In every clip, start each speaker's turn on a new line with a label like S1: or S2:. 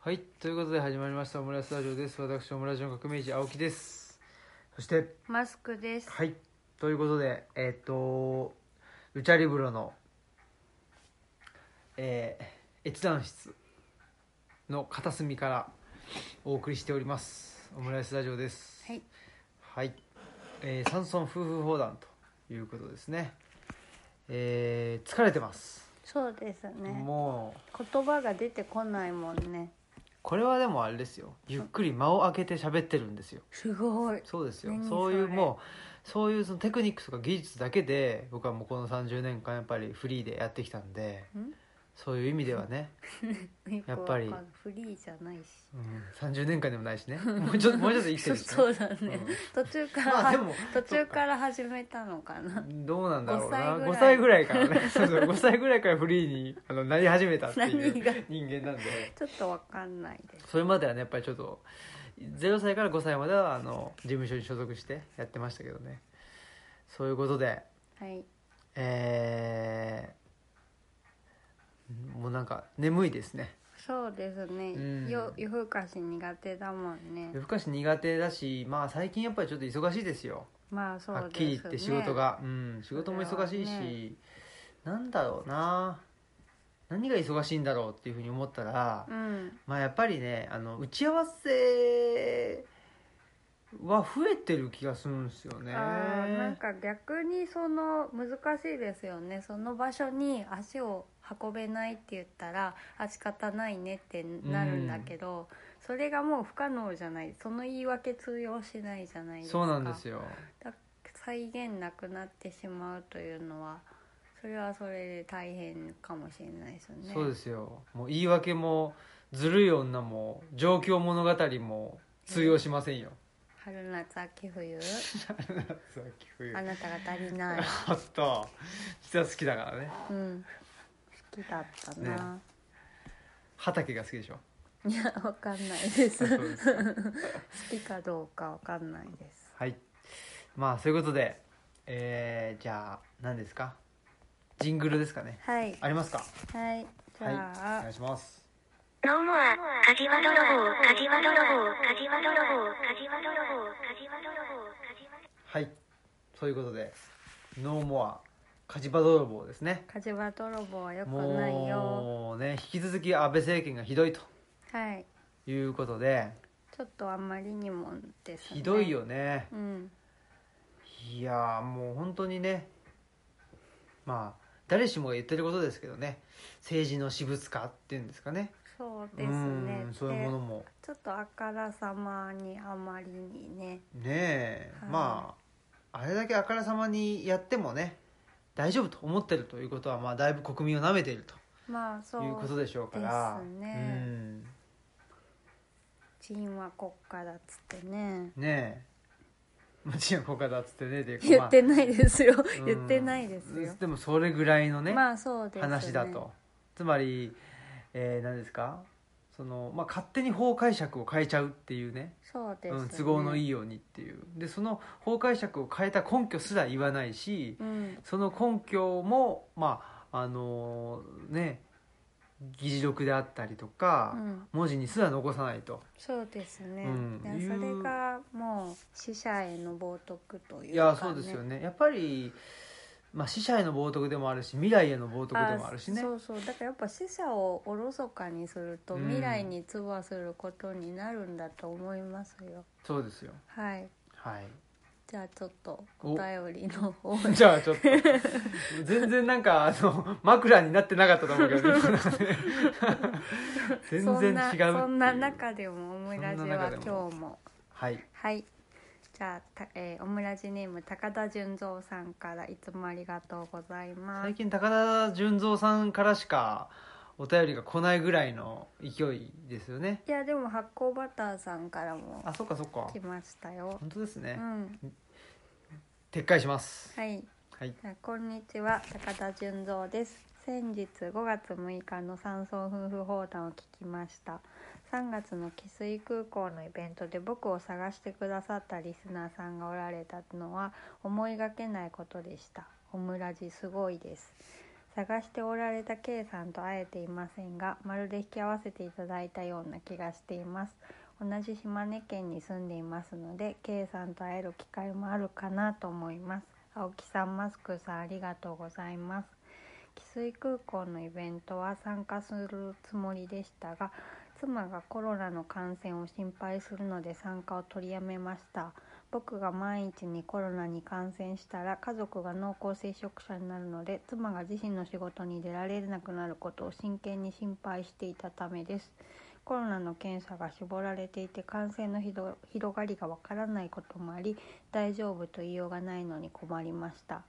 S1: はい、ということで始まりましたオムライスラジオです。私、オムラジオの革命児、青木です。そして、
S2: マスクです。
S1: はい、ということで、えっ、と、ルチャリブロの、えー、閲覧室の片隅からお送りしております。オムライスラジオです。
S2: はい。
S1: はい、えー、山村夫婦砲弾ということですね。えー、疲れてます。
S2: そうですね。
S1: もう、
S2: 言葉が出てこないもんね。
S1: これはでもあれですよ。ゆっくり間を空けて喋ってるんですよ。
S2: すごい。
S1: そうですよ
S2: 何
S1: そういう
S2: それ
S1: もうそういうそのテクニックとか技術だけで僕はもうこの30年間やっぱりフリーでやってきたんでそういう意味では ね、やっぱり
S2: よくわかんフリーじゃないし。
S1: うん、30年間でもないしねもうちょっともうちょっと生きてるし、ね、
S2: そうだね。途中から、
S1: まあでも
S2: 途中から始めたのかな。
S1: どうなんだろうな5
S2: 5
S1: 歳
S2: 歳
S1: ぐ
S2: ぐ
S1: らいからね そうそう5歳ぐらいからフリーにあのなり始めたっていう
S2: 何が
S1: 人間なんで
S2: ちょっとわかんないです。
S1: それまではねやっぱりちょっと0歳から5歳まではあの事務所に所属してやってましたけどねそういうことで
S2: はい。
S1: えーもうなんか眠いですね
S2: そうですね。
S1: うん
S2: よ夜更かし苦手だもんね
S1: 夜。更かし苦手だしまあ最近やっぱりちょっと忙しいですよ
S2: まあそうですね。
S1: はっきり言って仕事がうん仕事も忙しいし、
S2: それ
S1: な
S2: はね
S1: んだろうな何が忙しいんだろうっていうふうに思ったら、
S2: うん。
S1: まあやっぱりねあの打ち合わせは増えてる気がするんですよね
S2: あーなんか逆にその難しいですよねその場所に足を運べないって言ったらあ仕方ないねってなるんだけど、それがもう不可能じゃないその言い訳通用しないじゃないですか
S1: そうなんですよ
S2: だ再現なくなってしまうというのはそれはそれで大変かもしれないですよね
S1: そうですよもう言い訳もずるい女も状況物語も通用しませんよ、
S2: 春夏秋冬
S1: さっき冬
S2: あなたが足りない、
S1: あった実は好きだからね
S2: うん、好きだったな、
S1: 畑が好きでしょ
S2: いや、わかんないです。
S1: あそうですか
S2: 好きかどうかわかんないです。
S1: はいまあそういうことでえー、じゃあ何ですかジングルですかね
S2: はい、
S1: ありますか
S2: はい、じ
S1: はいお
S2: ゃ
S1: 願いします
S3: どうも、カジワ泥棒、カジワ泥棒、カジワ泥棒、カジワ泥棒、カジワ泥棒、カジワ泥棒。
S1: はいそういうことで「ノーモア火事場泥棒」ですね
S2: あ、火事場泥棒は良くないよ。
S1: もうね引き続き安倍政権がひどいと
S2: はい、
S1: いうことで
S2: ちょっとあまりにもです、ね。
S1: ひどい。よね
S2: うん、
S1: いやーもう本当にねまあ誰しもが言ってることですけどね政治の私物化っていうんですかね
S2: そうですね
S1: うん。そういうものも
S2: でちょっとあからさまにあまりにね。
S1: ねえ、
S2: はい
S1: まああれだけあからさまにやってもね大丈夫と思ってるということはまあだいぶ国民をなめている
S2: まあ、そ
S1: ということ
S2: う。
S1: でしょうから
S2: そうですね
S1: うん
S2: 人は国家だっつってね。
S1: ねえもちろん国家だっつってねというか
S2: 言って
S1: ま
S2: ないですよ。
S1: あ
S2: 言ってないです
S1: う
S2: よ
S1: ん。でもそれぐらいのね、
S2: まあ、そうです、ね。
S1: 話だと。つまり、えー何ですかその、まあ、勝手に法解釈を変えちゃうっていうね
S2: そうです、ね
S1: うん、都合のいいようにっていうでその法解釈を変えた根拠すら言わないし
S2: うん。
S1: その根拠もまああのーね議事録であったりとか、
S2: うん。
S1: 文字にすら残さないと
S2: そうですね、
S1: うん
S2: で
S1: いう
S2: それがもう死者への冒涜というか、ね、
S1: いやそうですよねやっぱり、まあ、死者への冒涜でもあるし未来への冒涜でもあるしね
S2: そうそうだからやっぱ死者をおろそかにすると
S1: うん
S2: 未来に通話することになるんだと思いますよ、
S1: そうですよ
S2: はい
S1: はい
S2: じゃあちょっと
S1: お
S2: お便りの方 へ
S1: じゃあちょっと全然なんかあの枕になってなかったと思うけ どね全然違うって
S2: そ
S1: い
S2: んな
S1: う
S2: そんな中でもオムラジ
S1: そんな中
S2: は
S1: でも
S2: 今日も
S1: はい
S2: はいじゃあた、えーオムラジネーム高田純三さんからいつもありがとうございます
S1: 最近高田純三さんからしかお便りが来ないぐらいの勢いですよね
S2: いやでも発酵バターさんからも
S1: あそっかそっか
S2: 来ましたよ
S1: 本当ですね
S2: う、ん、
S1: 撤回します
S2: はい。
S1: はい
S2: あこんにちは、高田純三です。先日5月6日の山村夫婦砲談を聞きました。3月の汽水空港のイベントで僕を探してくださったリスナーさんがおられたのは思いがけないことでした。オムラジすごいです。探しておられた K さんと会えていませんがまるで引き合わせていただいたような気がしています同じ島根県に住んでいますので K さんと会える機会もあるかなと思います青木さんマスクさんありがとうございます汽水空港のイベントは参加するつもりでしたが妻がコロナの感染を心配するので参加を取りやめました僕が万一にコロナに感染したら家族が濃厚接触者になるので妻が自身の仕事に出られなくなることを真剣に心配していたためですコロナの検査が絞られていて感染のひど広がりがわからないこともあり大丈夫と言いようがないのに困りました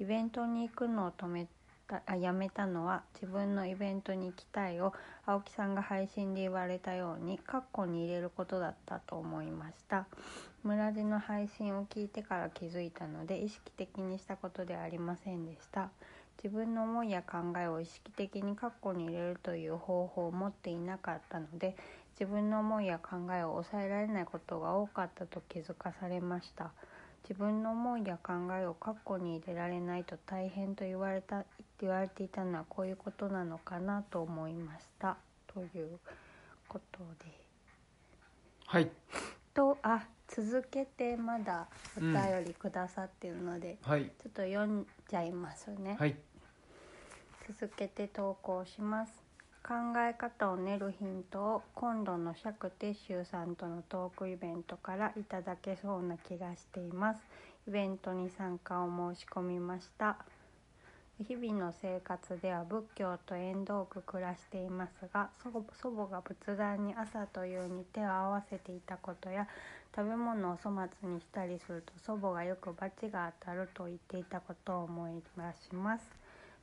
S2: イベントに行くのを止めたあやめたのは自分のイベントに行きたいを青木さんが配信で言われたように括弧に入れることだったと思いました村での配信を聞いてから気づいたので意識的にしたことではありませんでした自分の思いや考えを意識的に括弧に入れるという方法を持っていなかったので自分の思いや考えを抑えられないことが多かったと気づかされました自分の思いや考えを括弧に入れられないと大変と言われた言われていたのはこういうことなのかなと思いましたということで
S1: はい
S2: とあ続けてまだお便りくださってるので、
S1: はい
S2: ちょっと読んじゃいますね、
S1: はい
S2: 続けて投稿します考え方を練るヒントを今度の釈徹宗さんとのトークイベントからいただけそうな気がしていますイベントに参加を申し込みました日々の生活では仏教と縁遠く暮らしていますが祖祖母が仏壇に朝というに手を合わせていたことや食べ物を粗末にしたりすると祖母がよく罰が当たると言っていたことを思い出します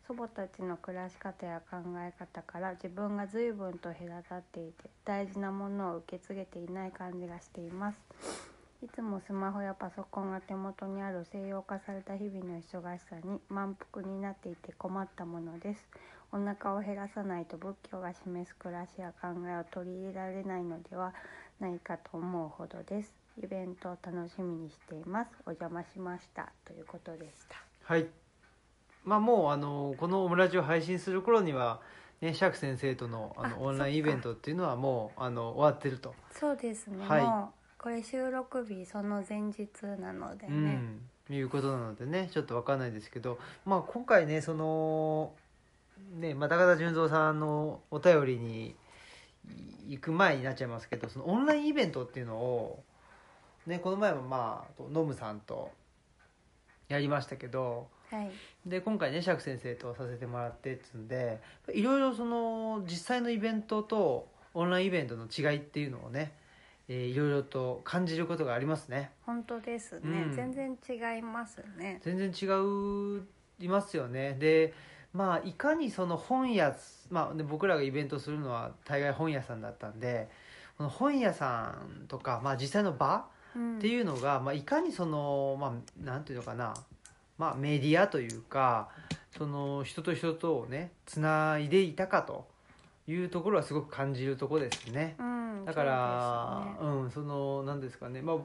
S2: 祖母たちの暮らし方や考え方から自分が随分と隔たっていて大事なものを受け継げていない感じがしていますいつもスマホやパソコンが手元にある西洋化された日々の忙しさに満腹になっていて困ったものですお腹を減らさないと仏教が示す暮らしや考えを取り入れられないのではないかと思うほどですイベントを楽しみにしていますお邪魔しましたということでした
S1: はいまあもうあのこのオムラジオ配信する頃にはね釈先生とのあ
S2: あ
S1: のオンラインイベントっていうのはもうあの終わってると、
S2: そうですね、
S1: はい
S2: もうこれ収録日その前日なのでね、
S1: うんいうことなのでねちょっとわかんないですけどまあ今回ねそのねまあ高田純三さんのお便りにい行く前になっちゃいますけどそのオンラインイベントっていうのをねこの前もまあノムさんとやりましたけど
S2: はい
S1: で今回ね釈先生とさせてもらってっつうんでいろいろその実際のイベントとオンラインイベントの違いっていうのをね、えーいろいろと感じることがありますね
S2: 本当ですね、
S1: うん
S2: 全然違いますね
S1: 全然違ういますよねでまあいかにその本屋、まあね、僕らがイベントするのは大概本屋さんだったんでこの本屋さんとか、まあ、実際の場
S2: うん
S1: っていうのが、まあ、いかにその、まあ、なんていうのかな、まあ、メディアというかその人と人とをねつないでいたかというところはすごく感じるところですね。
S2: うん
S1: だからう,、んそのなんですかね、まあ、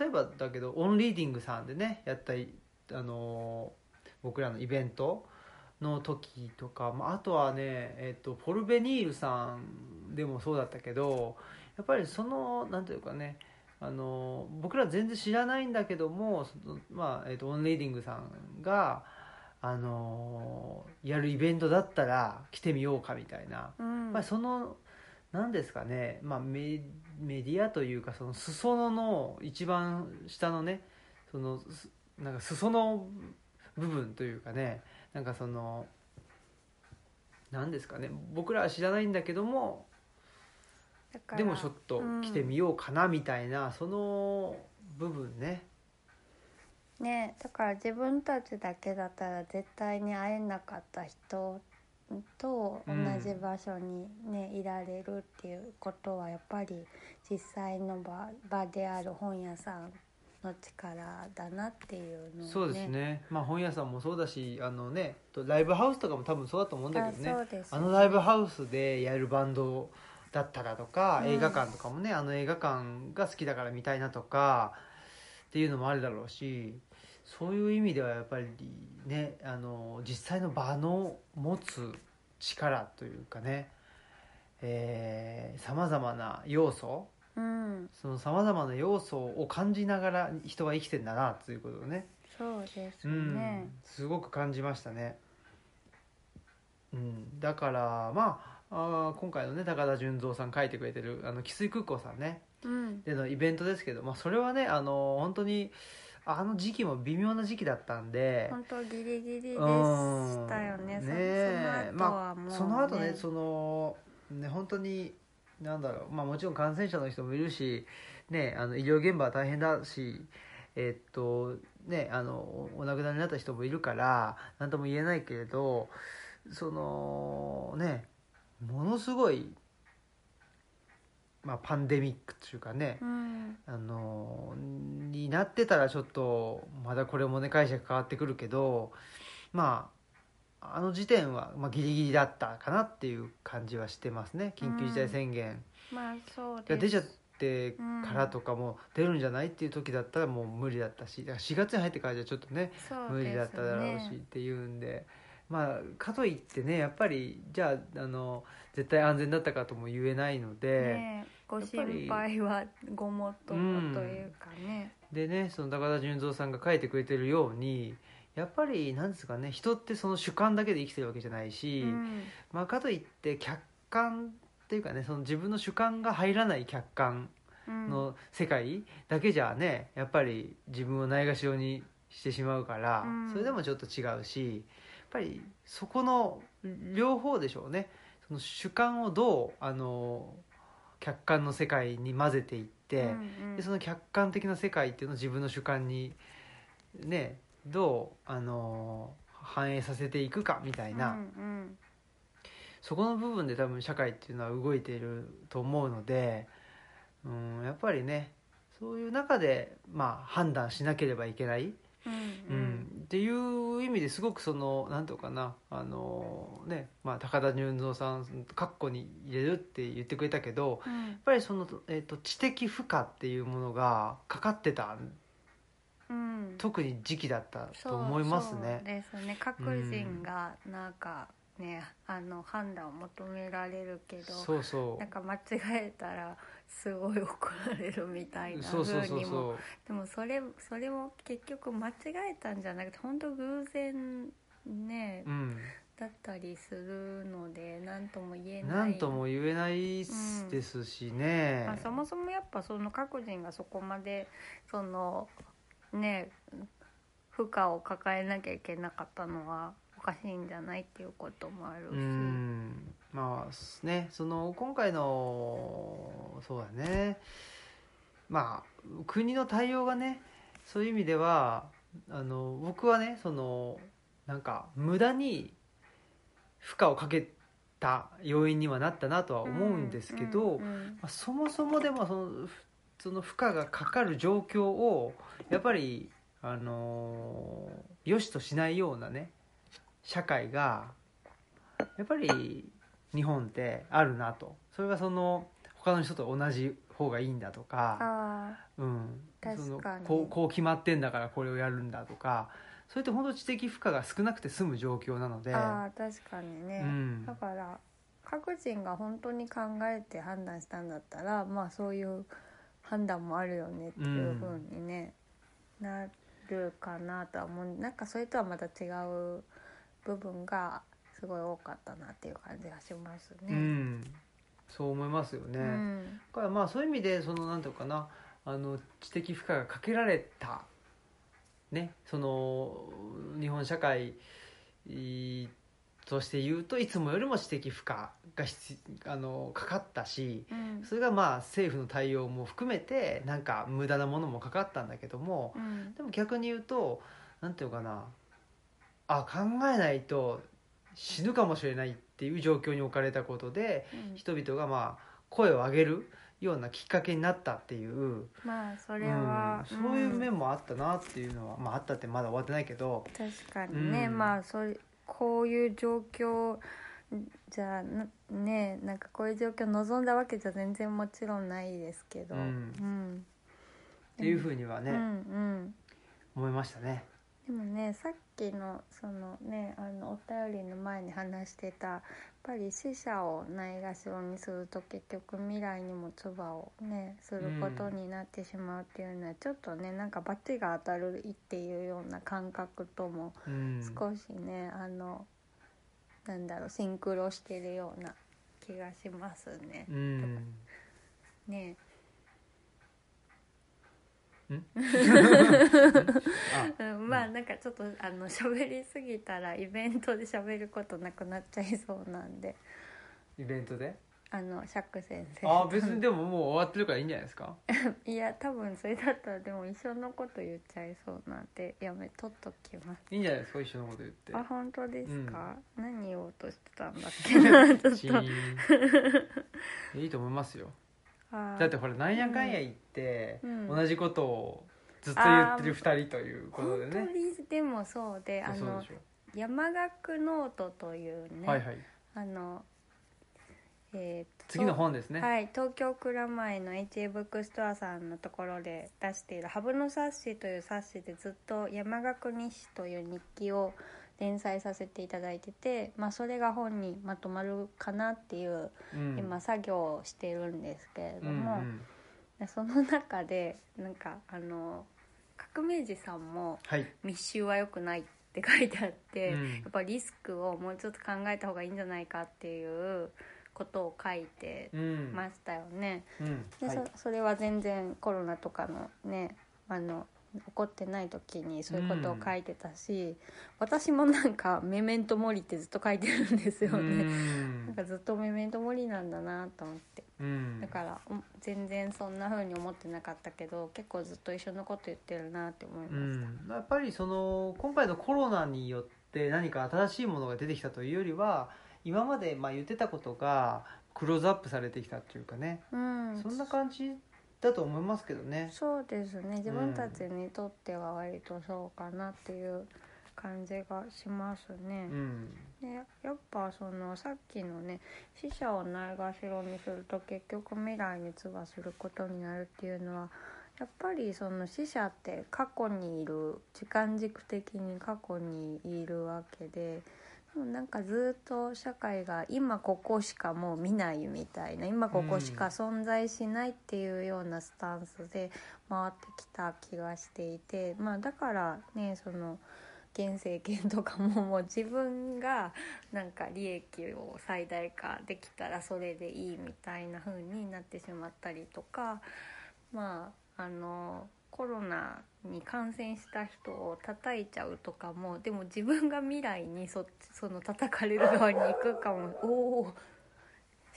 S1: 例えばだけどオンリーディングさんでねやったいあの僕らのイベントの時とか、まあ、あとはね、えっとポルベニールさんでもそうだったけどやっぱりそのなんていうかねあの僕ら全然知らないんだけどもその、まあえっとオンリーディングさんがあのやるイベントだったら来てみようかみたいな
S2: そうですよねうん
S1: やっぱりその何ですかね、まあ、メメディアというかその裾野の一番下のねそのすなんか裾の部分というかねなんかその何ですかね僕らは知らないんだけども
S2: だから
S1: でもちょっと来てみようかなみたいな、その部分ね
S2: ねだから自分たちだけだったら絶対に会えなかった人と同じ場所にね、いられるっていうことはやっぱり実際の場場である本屋さんの力だなっていうのを
S1: そうですね、まあ、本屋さんもそうだしあの、ね、とライブハウスとかも多分そうだと思うんだけどね
S2: あそうです
S1: あのライブハウスでやるバンドだったらとか、
S2: うん
S1: 映画館とかもねあの映画館が好きだから見たいなとかっていうのもあるだろうしそういう意味ではやっぱりねあの実際の場の持つ力というかねさまざまな要素
S2: うん
S1: そのさまざまな要素を感じながら人は生きてんだなということをね
S2: そうです
S1: う
S2: ね、
S1: ん、すごく感じましたね。うん、だからまああー今回のね高田純三さん書いてくれてるあの汽水空港さんね
S2: うん
S1: でのイベントですけど、まあ、それはねあの本当にあの時期も微妙な時期だったんで。
S2: 本当ギリギリでしたよね
S1: うんね
S2: そ
S1: え
S2: その後はもう、ね
S1: その後ねそのね本当になんだろうまあもちろん感染者の人もいるしねあの医療現場は大変だしえっとねあのお亡くなりになった人もいるから何とも言えないけれどそのねものすごいまあパンデミックというかね
S2: うん
S1: あのになってたらちょっとまだこれもね解釈変わってくるけどまああの時点は、まあ、ギリギリだったかなっていう感じはしてますね緊急事態宣言
S2: まあそう
S1: が
S2: です
S1: 出ちゃってからとかも出るんじゃないっていう時だったらもう無理だったしだから4月に入ってからじゃちょっとね
S2: そう
S1: 無理だっただろう
S2: です
S1: しっ
S2: ね
S1: ていうんで。まあ、かといってねやっぱりじゃああの絶対安全だったかとも言えないので、
S2: ねえご心配はごもっともというかね、
S1: でねその高田純三さんが書いてくれてるようにやっぱりなんですかね人ってその主観だけで生きてるわけじゃないし、
S2: うん
S1: まあ、かといって客観っていうかねその自分の主観が入らない客観
S2: うん
S1: の世界だけじゃねやっぱり自分をないがしろにしてしまうから、
S2: うん
S1: それでもちょっと違うしやっぱりそこの両方でしょうねその主観をどうあの客観の世界に混ぜていって。
S2: うんうん
S1: でその客観的な世界っていうのを自分の主観にねどう、あのー反映させていくかみたいな、
S2: うん
S1: そこの部分で多分社会っていうのは動いていると思うのでうんやっぱりねそういう中で、まあ、判断しなければいけない、
S2: うん
S1: う
S2: うんん
S1: っていう意味ですごくその何ていうのかな、あのーねまあ、高田純三さん「括弧に入れる」って言ってくれたけど、
S2: うん
S1: やっぱりその、えー、と知的負荷っていうものがかかってた
S2: うんうん
S1: 特に時期だった
S2: そう
S1: と思います
S2: そう
S1: ね。
S2: ですね各人がなんかね、あの判断を求められるけど
S1: そうそ
S2: なんか間違えたらすごい怒られるみたいな
S1: そうそう
S2: 風
S1: そう
S2: にも
S1: そ
S2: でもそれそれも結局間違えたんじゃなくて本当偶然ね
S1: う、うん、
S2: だったりするので何とも言えない
S1: なんとも言えないですしね、
S2: まあ、そもそもやっぱその各人がそこまでそのね負荷を抱えなきゃいけなかったのはおかしいんじゃないっていうこともあるし、
S1: うんまあすねその今回のそうだねまあ国の対応がねそういう意味ではあの僕はねそのなんか無駄に負荷をかけた要因にはなったなとは思うんですけど、
S2: うんうん
S1: まあそもそもでもそのふその負荷がかかる状況をやっぱり、あのー良しとしないようなね社会がやっぱり日本ってあるなとそれはその他の人と同じ方がいいんだとか,、
S2: ああ
S1: うん、
S2: 確か
S1: そ
S2: に
S1: のこうこう決まってんだからこれをやるんだとかそういって本当知的負荷が少なくて済む状況なので。
S2: ああ確かにね、
S1: うん
S2: だから各人が本当に考えて判断したんだったらまあそういう判断もあるよねっていうふうにね、なるかなとは思うなんかそれとはまた違う部分がすごい多かったなっていう感じがします
S1: う
S2: ね。
S1: んそう思いますよね、
S2: うん
S1: だからまあそういう意味でそのなんていうのかなあの知的負荷がかけられた、ね、その日本社会えーとして言うといつもよりも知的負荷が必あのかかったし
S2: うん
S1: それがまあ政府の対応も含めてなんか無駄なものもかかったんだけども
S2: うん
S1: でも逆に言うとなんていうのかなあ考えないと死ぬかもしれないっていう状況に置かれたことで
S2: うん
S1: 人々がまあ声を上げるようなきっかけになったっていう、
S2: まあそれ
S1: うん
S2: は、、
S1: そういう面
S2: も
S1: もあったなっていうのは、まああったってまだ終わってないけど、
S2: 確かにね、
S1: うん
S2: まあそういうこういう状況じゃなねなんかこういう状況望んだわけじゃ全然もちろんないですけど、
S1: うん
S2: うん
S1: っていうふうにはね、
S2: うんうん
S1: 思いましたね。
S2: でもねさっきのそのねあのお便りの前に話してたやっぱり死者をないがしろにすると結局未来にも唾をねすることになってしまうっていうのは、ちょっとねなんか罰が当たるっていうような感覚とも
S1: うん
S2: 少しね、あのなんだろうシンクロしてるような気がしますね。
S1: うん
S2: ね
S1: あ
S2: うん、まあなんかちょっとあの喋りすぎたらイベントで喋ることなくなっちゃいそうなんで
S1: イベント で
S2: あのシャック先
S1: あ
S2: 生
S1: 別にでももう終わってるからいいんじゃないですか
S2: いや多分それだったらでも一緒のこと言っちゃいそうなんでやめとっときます
S1: いいんじゃないですか一緒のこと言って
S2: あ本当ですか、何言おうとしてたんだっけなちょ
S1: シ
S2: っと
S1: ーン いいと思いますよ
S2: あー
S1: だってほらなんやかんや言って、
S2: うん
S1: 同じことをずっと言ってる2人というこ
S2: 本
S1: とで
S2: 当
S1: ね
S2: にでもそうであ
S1: そう
S2: の
S1: でしょ、
S2: 山岳ノートというね、
S1: はいはい
S2: あのえーと
S1: 次の本ですね、
S2: はい、東京蔵前の HA ブックストアさんのところで出している「ハブの冊子」という冊子でずっと「山岳日誌」という日記を連載させていただいてて、まあ、それが本にまとまるかなっていう
S1: うん、
S2: 今作業をしてるんですけれど
S1: うんう
S2: も、
S1: ん、
S2: その中でなんかあの革命児さんも
S1: はい、
S2: 「密集は良くない」って書いてあって。
S1: うん
S2: やっぱリスクをもうちょっと考えた方がいいんじゃないかっていうことを書いて
S1: うん
S2: ましたよね。
S1: う
S2: で
S1: んはい
S2: そそれは全然コロナとかのねあの起こってない時にそういうことを書いてたし、私もなんか「メメントモリ」ってずっと書いてるんですよ
S1: う
S2: ね。なん
S1: ん
S2: かずっとメメントモリなんだなと思って
S1: うん
S2: だからお全然そんな風に思ってなかったけど結構ずっと一緒のこと言ってるなって思いうました、
S1: ん、やっぱりその今回のコロナによって何か新しいものが出てきたというよりは今までまあ言ってたことがクローズアップされてきたっていうかね、
S2: うん
S1: そんな感じだと思いますけどね。
S2: そうですね自分たちにとっては割とそうかなっていう感じがしますね
S1: う、ん、
S2: でやっぱそのさっきのね死者をないがしろにすると結局未来に唾することになるっていうのはやっぱりその死者って過去にいる時間軸的に過去にいるわけで。でもなんかずっと社会が今ここしかもう見ないみたいな今ここしか存在しないっていうようなスタンスで回ってきた気がしていて、まあ、だからねその現政権とかももう自分がなんか利益を最大化できたらそれでいいみたいな風になってしまったりとかまああのコロナに感染した人を叩いちゃうとかもでも自分が未来にそっちその叩かれる側に行くかもおお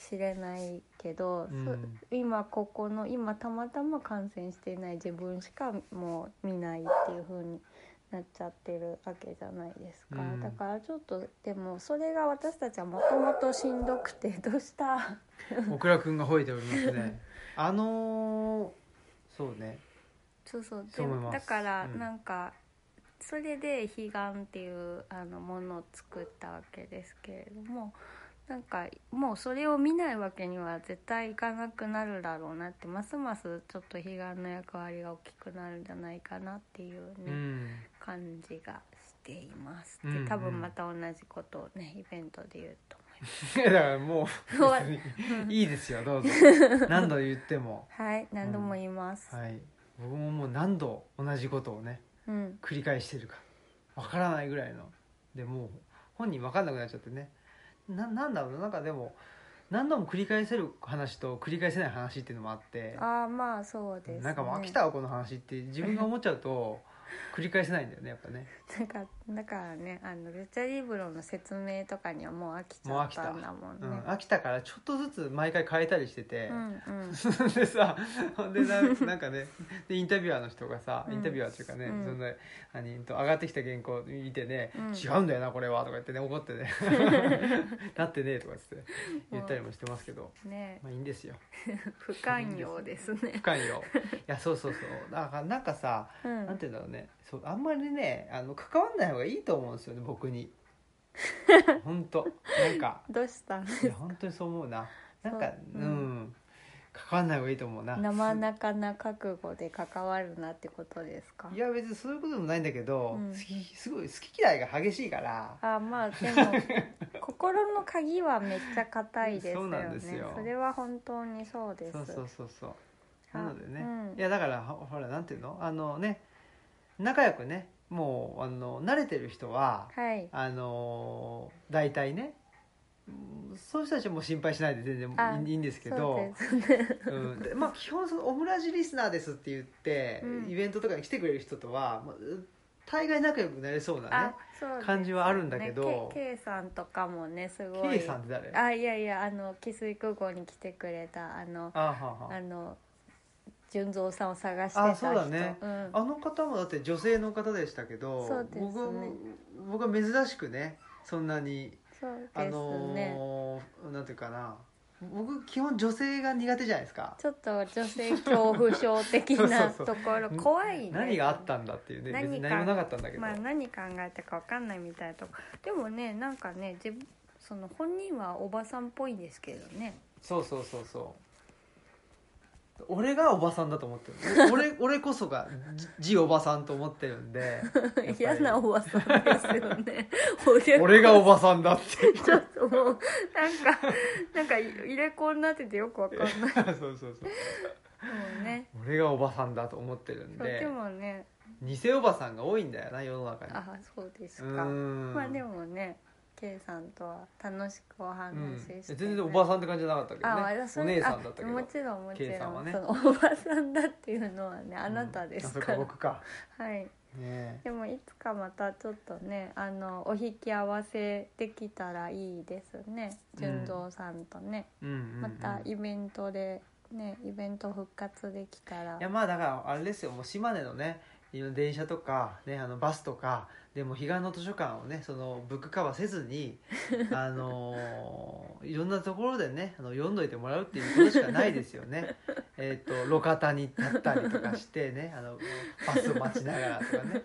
S2: 知れないけど、
S1: うん
S2: そ今ここの今たまたま感染していない自分しかもう見ないっていう風になっちゃってるわけじゃないですか、
S1: うん
S2: だからちょっとでもそれが私たちはもともとしんどくてどうした
S1: 小倉くんが吠えておりますね。 あのーそうね。
S2: そうそう
S1: そう思います
S2: だから
S1: うん
S2: なんか、それで「悲願」っていうあのものを作ったわけですけれどもなんかもうそれを見ないわけには絶対いかなくなるだろうなってますますちょっと悲願の役割が大きくなるんじゃないかなっていう
S1: う
S2: ね、
S1: ん、
S2: 感じがしています。
S1: うんう
S2: で
S1: ん
S2: 多分また同じことをねイベントで言うと思います。
S1: だからもう
S2: 終わ る
S1: 別にいいですよど うぞ何度言っても。
S2: はい何度も言います。
S1: はい。僕ももう何度同じことをね
S2: うん
S1: 繰り返してるかわからないぐらいのでもう本人わかんなくなっちゃってねななんだろうなんかでも何度も繰り返せる話と繰り返せない話っていうのもあって
S2: ああまあそうです、ね。
S1: なんかもう飽きたわこの話って自分が思っちゃうと 繰り返せないんだよねやっぱね
S2: なんかだからねあのルチャリブロの説明とかにはもう飽きちゃったんだもん
S1: う
S2: ね
S1: ん、飽きたからちょっとずつ毎回変えたりしてて
S2: う、んう ん
S1: でさほんでななんかねでインタビュアーの人がさ
S2: うん
S1: インタビュアーっていうかね、
S2: うん
S1: そんなあのえっと上がってきた原稿見てね、
S2: うん
S1: 違うんだよなこれは」とか言ってね怒って ね「なってねえ」とか言って言ったりもしてますけど、
S2: ね
S1: まあいいんですよ
S2: 不寛容ですね
S1: 不寛 容いやそうそうそうだからなんかさ
S2: う
S1: なん
S2: ん
S1: て言うんだろうねそうあんまりねあの関わんない方がいいと思うんですよね僕 に本当なんか
S2: どうしたん
S1: いや本当にそう思うななんか
S2: そう
S1: う、
S2: うんん
S1: 関わんない方がいいと思うな
S2: 生中な覚悟で関わるなってことですか
S1: いや別にそういうことでもないんだけど、
S2: うん
S1: 好きすごい好き嫌いが激しいから
S2: あまあでも心の鍵はめっちゃ硬いですよね
S1: そうなんですよ
S2: それは本当にそうです
S1: そうそうそうそう
S2: あ
S1: なのでね、
S2: うん
S1: いやだからほほらなんていうのあのね仲良くねもうあの慣れてる人は
S2: はい
S1: あの大体ねうんそういう人たちはもう心配しないで全
S2: あ
S1: 然いいいいんですけ
S2: そう
S1: ど
S2: ですね
S1: うんでまあ、基本そのオムラジリスナーですって言って、
S2: うん
S1: イベントとかに来てくれる人とは、まあ、う大概仲良くなれそうな
S2: あ
S1: ね
S2: そうですね
S1: 感じはあるんだけど
S2: K, K さんとかもねすごい
S1: K さんって誰
S2: あいやいやあの汽水空港に来てくれたあの
S1: あはあは
S2: あの純三さんを探して
S1: あ
S2: た人
S1: そうだね
S2: うん
S1: あ、あの方もだって女性の方でしたけど、
S2: そうですね
S1: 僕は僕は珍しくねそんなに
S2: そうですね、
S1: あのーなんていうかな僕基本女性が苦手じゃないですか
S2: ちょっと女性恐怖症的
S1: そうそ
S2: な
S1: うそう
S2: ところ怖いね
S1: 何があったんだっていうね別
S2: 何か
S1: に何もなかったんだけど、
S2: まあ何考えたか分かんないみたいなとこでもねなんかね自分その本人はおばさんっぽいですけどね
S1: そうそうそうそう俺がおばさんだと思ってる お俺俺こそがじじおばさんと思ってるん でやっぱり
S2: 嫌なおばさんですよね俺
S1: 俺がおばさんだって
S2: ちょっともうなんかなんか入れ子になっててよく分かんないも
S1: そうそうそう
S2: うね
S1: 俺がおばさんだと思ってるん
S2: そうで
S1: で
S2: もね
S1: 偽おばさんが多いんだよな世の中に
S2: あそうです
S1: う
S2: か
S1: ん
S2: まあでもね K さんとは楽しくお話
S1: うん
S2: しして、ね
S1: 全然おばさんって感じじゃなかったけど
S2: あ、
S1: ね
S2: 私
S1: お姉さんだったけど
S2: もちろんもち
S1: K さ
S2: ろ
S1: んは
S2: ん、
S1: ね
S2: そのおばさんだっていうのはねあなたですから、
S1: うんあそうか僕か
S2: はい
S1: ねえ
S2: でもいつかまたちょっとねあのお引き合わせできたらいいですね純三さんとね、
S1: うんうんうん
S2: またイベントでねイベント復活できたら
S1: いやまあだからあれですよもう島根のねいろんな電車とか、ね、あのバスとかでも彼岸の図書館をねそのブックカバーせず にあのーいろんなところでねあの読んどいてもらうっていうことしかないですよねえっと路肩に立ったりとかしてねあのバスを待ちながらとかね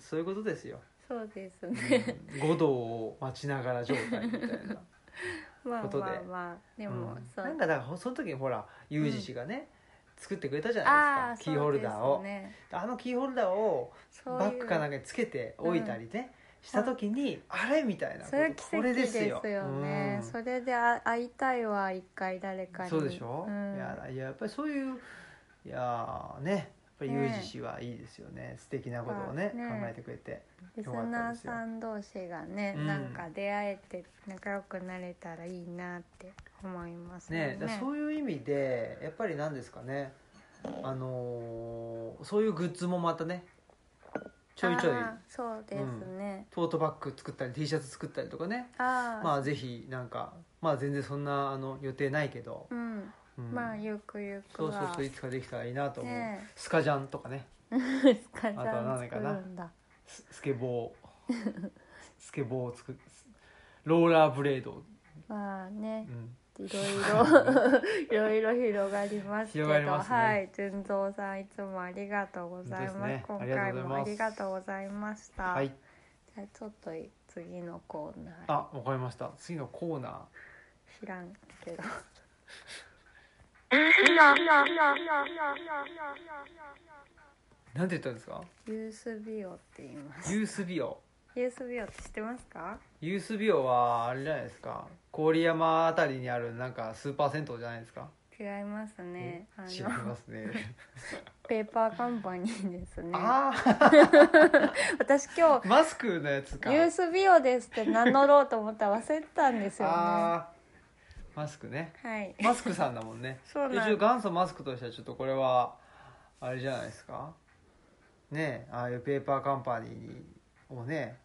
S1: そういうことですよ、
S2: そうです
S1: う
S2: ね、
S1: ん、五道を待ちながら状態みたいな。
S2: まあ
S1: ことで
S2: まあまあ でも、
S1: うん
S2: そう
S1: なんかだからほその時にほらユージ氏がね、作ってくれたじゃ
S2: あ
S1: な
S2: あ
S1: いですかキーホルダーを、
S2: そうですね
S1: あのキーホルダーを
S2: そう
S1: バッグかなん
S2: い
S1: か
S2: う
S1: につけておいたりね、した時にあれみたいな
S2: それは奇跡ですよね、
S1: うん
S2: それであ会いたいは一回誰かに
S1: そうでしょ、
S2: うん
S1: いやいややっぱりそういういやーねやっぱりユージ氏はいいですよね素敵なことをね
S2: まあね
S1: 考えてくれて
S2: リスナーさん同士がね、
S1: うん
S2: なんか出会えて仲良くなれたらいいなって思います
S1: ねだからそういう意味でやっぱり何ですかねあのーそういうグッズもまたねちょいちょい
S2: あーそうですね、
S1: トートバッグ作ったり T シャツ作ったりとかね
S2: ああ、
S1: まあぜひなんかまあ全然そんなあの予定ないけど、
S2: うん、
S1: うん
S2: まあゆくゆく
S1: そうそう
S2: は
S1: そういつかできたらいいなと思う、
S2: ねえ
S1: スカジャンとかね
S2: スカジ
S1: あとは
S2: ャン
S1: 何
S2: 作
S1: かな
S2: るんだ
S1: ススケボー スケボーを作るローラーブレード、
S2: まあね
S1: うん、
S2: い ろいろいろいろ広がりますけど
S1: 広がりますね
S2: はい純三さんいつもありがとうございます
S1: 本当で
S2: 今
S1: すね
S2: 回も
S1: あ
S2: あ
S1: り
S2: り
S1: が
S2: が
S1: と
S2: とうございました、
S1: はい
S2: じゃあちょっと次のコーナー
S1: あわかりました次のコーナー
S2: 知らんけど
S1: なんて言ったんですか
S2: ユースビオって言います
S1: ユースビオ
S2: ユースビオって知ってますか
S1: ユースビオはあれじゃないですか郡山あたりにあるなんかスーパー銭湯じゃないですか
S2: 違いますねあ
S1: 違い
S2: の
S1: ます ね
S2: ペーパーカンパニーですね
S1: ああ
S2: 私今日
S1: マスクのやつか。
S2: ユースビオですって名乗ろうと思ったら忘れてたんですよねは
S1: あーマスクね。
S2: い。
S1: マスクさんだもんね
S2: そうなん
S1: 一応元祖マスクとしてはちょっとこれはあれじゃないですか。ねえああいうペーパーカンパニーをね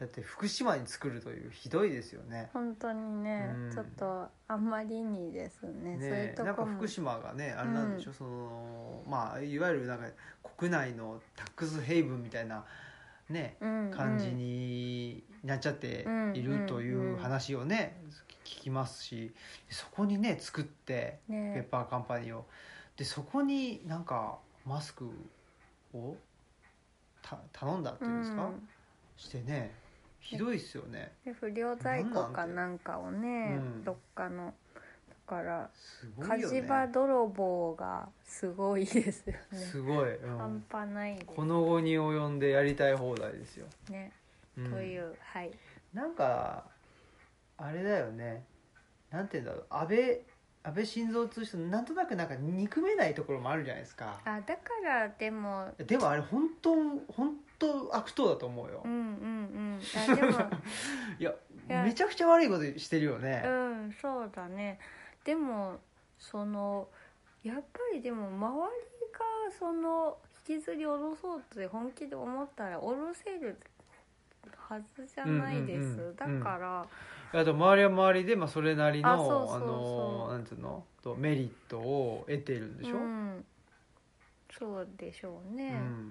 S1: だって福島に作るというひどいですよね。
S2: 本当にね、
S1: うん
S2: ちょっとあんまりにですねそうい
S1: ね
S2: う
S1: え
S2: と
S1: なん
S2: こ
S1: か
S2: も
S1: 福島がねあれなんでしょ、そのまあいわゆるなんか国内のタックスヘイブンみたいなね
S2: うん
S1: 感じになっちゃっているという話をね聞きますしそこにね作って
S2: うん
S1: ペッ
S2: ね
S1: パーカンパニーをでそこになんかマスクをた頼んだっていうんですか、
S2: うん
S1: してねひどいっすよね
S2: で不良在庫かなんかをね
S1: なんなんて
S2: どっかのとから
S1: すご
S2: 火
S1: いよ
S2: 事場
S1: ね
S2: 泥棒がすごいですよね
S1: すごい、う
S2: 半
S1: ん、
S2: 端ないで
S1: この後に及んでやりたい放題ですよ、
S2: すね、
S1: うん
S2: というはい
S1: なんかあれだよねなんて言うんだろう安倍安倍晋三通してなんとなくなんか憎めないところもあるじゃないですか
S2: あだからでも
S1: でもあれ本当本当悪党だと思うよ
S2: うん、うんうんあでも
S1: いや
S2: いや
S1: めちゃくちゃ悪いことしてるよね、
S2: うんそうだねでもそのやっぱりでも周りがその引きずり下ろそうって本気で思ったら下ろせるはずじゃないで
S1: う
S2: す、
S1: んうんうん
S2: だから、
S1: あと周りは周りで、まあ、それなりの
S2: あそうそうそう
S1: あのなんつうのとメリットを得てるんでしょ、
S2: うん、そうでしょう
S1: う
S2: ね、
S1: ん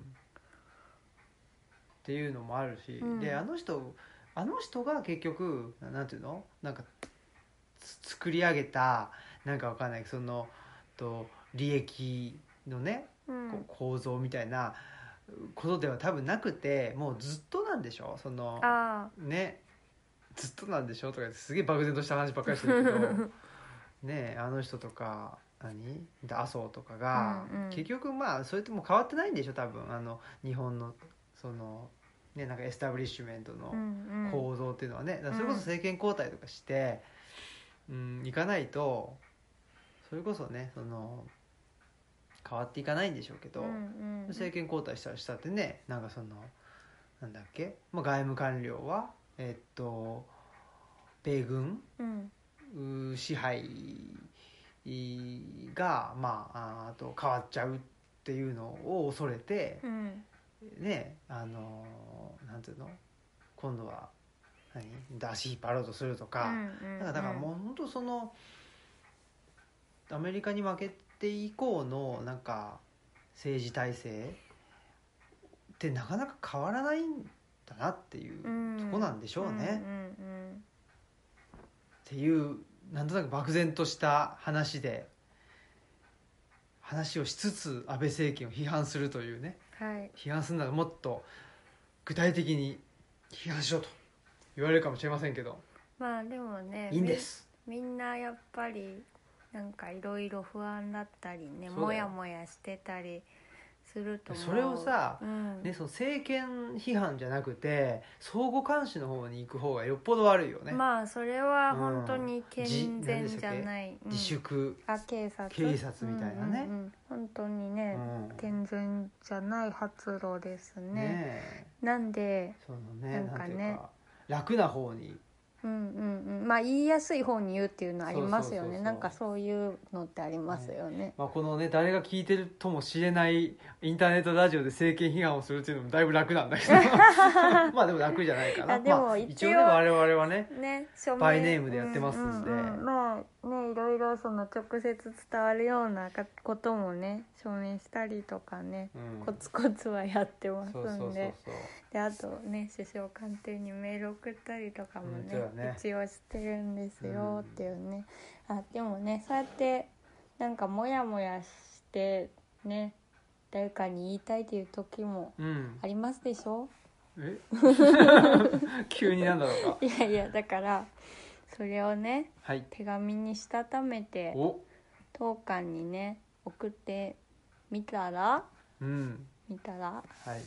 S1: っていうのもあるし、
S2: うん
S1: であの人あの人が結局ななんていうのなんかつ作り上げたなんかわかんないそのと利益のね、
S2: うん
S1: こう構造みたいなことでは多分なくてもうずっとなんでしょその
S2: あ
S1: ねずっとなんでしょとかすげえ漠然とした話ばっかりしてるけどねえあの人とか何で麻生とかが、
S2: うんうん
S1: 結局まあそれってもう変わってないんでしょ多分あの日本のそのねなんかエスタブリッシュメント
S2: あ
S1: の
S2: うんうん
S1: 構造っていうのはね、だからそれこそ政権交代とかして、うん、いかないとそれこそねその変わっていかないんでしょうけど。
S2: うんうんうん
S1: 政権交代したらしたってねなんかそのなんだっけ、まあ、外務官僚はえっと米軍
S2: うん
S1: うー支配がまあああと変わっちゃうっていうのを恐れて
S2: う、ん
S1: ねあのなんていうの今度は何出し引っ張ろうとするとか。
S2: うん
S1: だからだからもう本当そのアメリカに負けて以降のなんか政治体制ってなかなか変わらないんだなっていう
S2: う
S1: と
S2: ん
S1: こなんでしょうね。っ
S2: うんうんうん
S1: ていうなんとなく漠然とした話で話をしつつ安倍政権を批判するというね
S2: はい
S1: 批判するならもっと具体的に批判しろと言われるかもしれませんけど
S2: まあでもね
S1: いいんです。
S2: みんなやっぱりなんかいろいろ不安だったりね
S1: そうだよ
S2: もやもやしてたりすると思う
S1: それをさ
S2: うん
S1: ね、その政権批判じゃなくて相互監視の方に行く方がよっぽど悪いよね、
S2: まあそれは本当に健全じゃない、うん
S1: 自粛、
S2: あ警察
S1: 警察みたいなね
S2: うんうんうん本当にね、
S1: うん
S2: 健全じゃない発露ですね
S1: ね
S2: なんで
S1: そのねな
S2: な
S1: んん
S2: か
S1: て
S2: ね
S1: いうか楽な方に
S2: うんうんうんまあ言いやすい方に言うっていうのはあります
S1: そうそ
S2: よ
S1: うそう
S2: ね
S1: そう
S2: なんかそういうのってありますよね
S1: まあ、このね誰が聞いてるとも知れないインターネットラジオで政権批判をするっていうのもだいぶ楽なんだ けどまあでも楽じゃないかな
S2: あでも
S1: まあ、一
S2: 一応
S1: 応ね我々はね
S2: ね、署名
S1: バイネームでやってますんで
S2: ううんまあねいろいろその直接伝わるようなかこともね署名したりとかね、
S1: うん
S2: コツコツはやってますん
S1: そう
S2: で
S1: そうそうそう
S2: であとね首相官邸にメール送ったりとかもね
S1: うんそうだね
S2: 一応してるんです
S1: うん
S2: よっていうね、あでもねそうやってなんかモヤモヤしてね誰かに言いたいという時も
S1: うん
S2: ありますでしょ
S1: え 急になんだろうか
S2: いやいやだからそれをね
S1: はい
S2: 手紙にしたためて
S1: お
S2: 当館にね送ってみたら
S1: うん
S2: 見た
S1: は
S2: ら
S1: い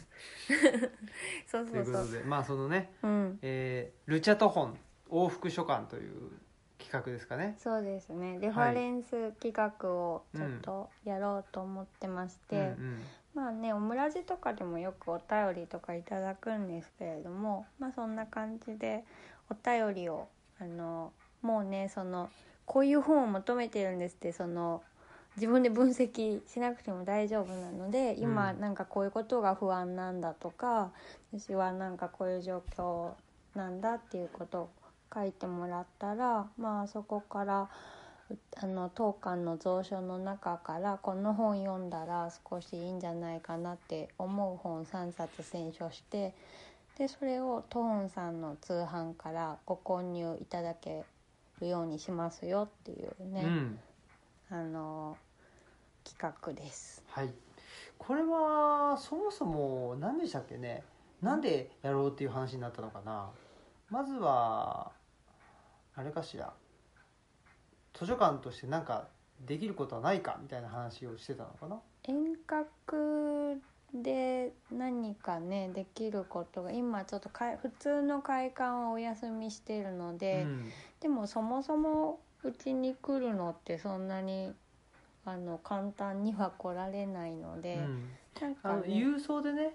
S2: そう
S1: と
S2: そ
S1: いううこ
S2: そ
S1: と
S2: う
S1: でまあそのね
S2: うん
S1: えールチャトホン往復書簡という企画ですかね。
S2: そうですねレフ
S1: はい
S2: ァレンス企画をちょっとやろうと思ってまして、
S1: うん
S2: まあねオムラジとかでもよくお便りとかいただくんですけれどもまあそんな感じでお便りをあのもうねそのこういう本を求めてるんですってその自分で分析しなくても大丈夫なので今
S1: うん
S2: なんかこういうことが不安なんだとか、私はなんかこういう状況なんだっていうことを書いてもらったらまあそこからうあの当館の蔵書の中からこの本読んだら少しいいんじゃないかなって思う本3冊選書してでそれをトーンさんの通販からご購入いただけるようにしますよっていう
S1: うん
S2: ね、
S1: うん
S2: あの企画です。
S1: はい。これはそもそも何でしたっけね。なんでやろうっていう話になったのかな。まずはあれかしら。図書館としてなんかできることはないかみたいな話をしてたのかな
S2: 遠隔で何かねできることが今ちょっとかい普通の会館はお休みしてるので、
S1: うん
S2: でもそもそもうちに来るのってそんなにあの簡単には来られないので、
S1: うん
S2: なん
S1: あ
S2: か、
S1: の
S2: ね、
S1: 郵送でねっ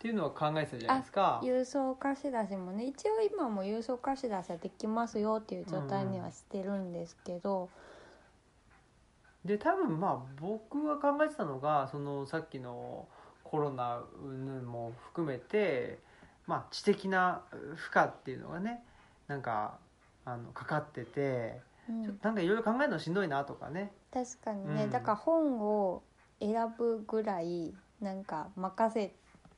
S1: ていうのは考えてたじゃないですか
S2: 郵送貸し出しもね一応今も郵送貸し出しはできますよっていう状態にはしてるんですけど、
S1: で多分まあ僕は考えてたのがそのさっきのコロナ云々も含めて、まあ、知的な負荷っていうのがねなんかあのかかってて
S2: うん
S1: ちょっとなんかいろいろ考えるのしんどいなとかね
S2: 確かにね、
S1: うん
S2: だから本を選ぶぐらいなんか任せ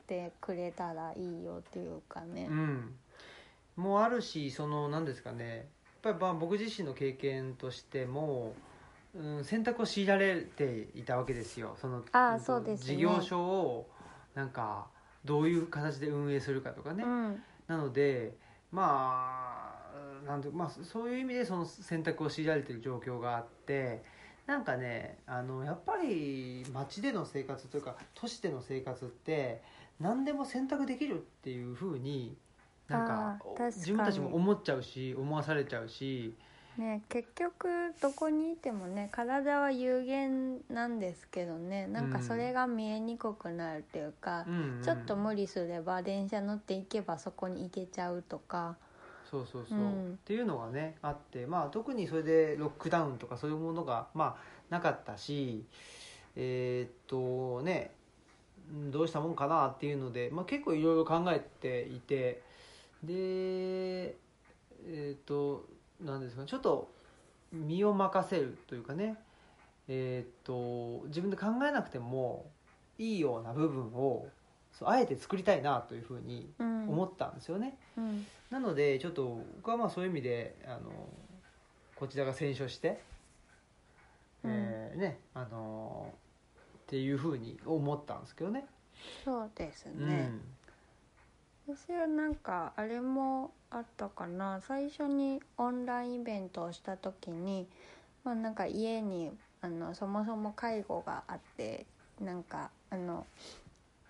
S2: てくれたらいいよっていうかね
S1: う、ん、もあるしその何ですかねやっぱりまあ僕自身の経験としても、うん、選択を強いられていたわけですよその
S2: あー
S1: うんと
S2: そうです
S1: 事
S2: ね
S1: 業所をなんかどういう形で運営するかとかね、
S2: うん
S1: なのでまあなんてまあ、そそういう意味でその選択を強いられている状況があってなんかねあのやっぱり街での生活というか都市での生活って何でも選択できるっていうふうになんか
S2: あー確かに
S1: 自分たちも思っちゃうし思わされちゃうし、
S2: ね、結局どこにいてもね体は有限なんですけどねなんかそれが見えにくくなるというか
S1: う、んうん
S2: ちょっと無理すれば電車乗って行けばそこに行けちゃうとか
S1: そうそうそう、
S2: うん
S1: っていうのがねあって、まあ、特にそれでロックダウンとかそういうものが、まあ、なかったしえーっとねうんどうしたもんかなっていうので、まあ、結構いろいろ考えていてでえーっとなんですかねちょっと身を任せるというかねえーっと自分で考えなくてもいいような部分をそうあえて作りたいなというふうに
S2: うん
S1: 思ったんですよね。
S2: うん
S1: なのでちょっと僕はまあそういう意味であのこちらが選書して、
S2: うん
S1: えーねあのっていうふうに思ったんですけどね。
S2: そうですね、私はなんかあれもあったかな最初にオンラインイベントをした時に、まあ、なんか家にあのそもそも介護があってなんかあの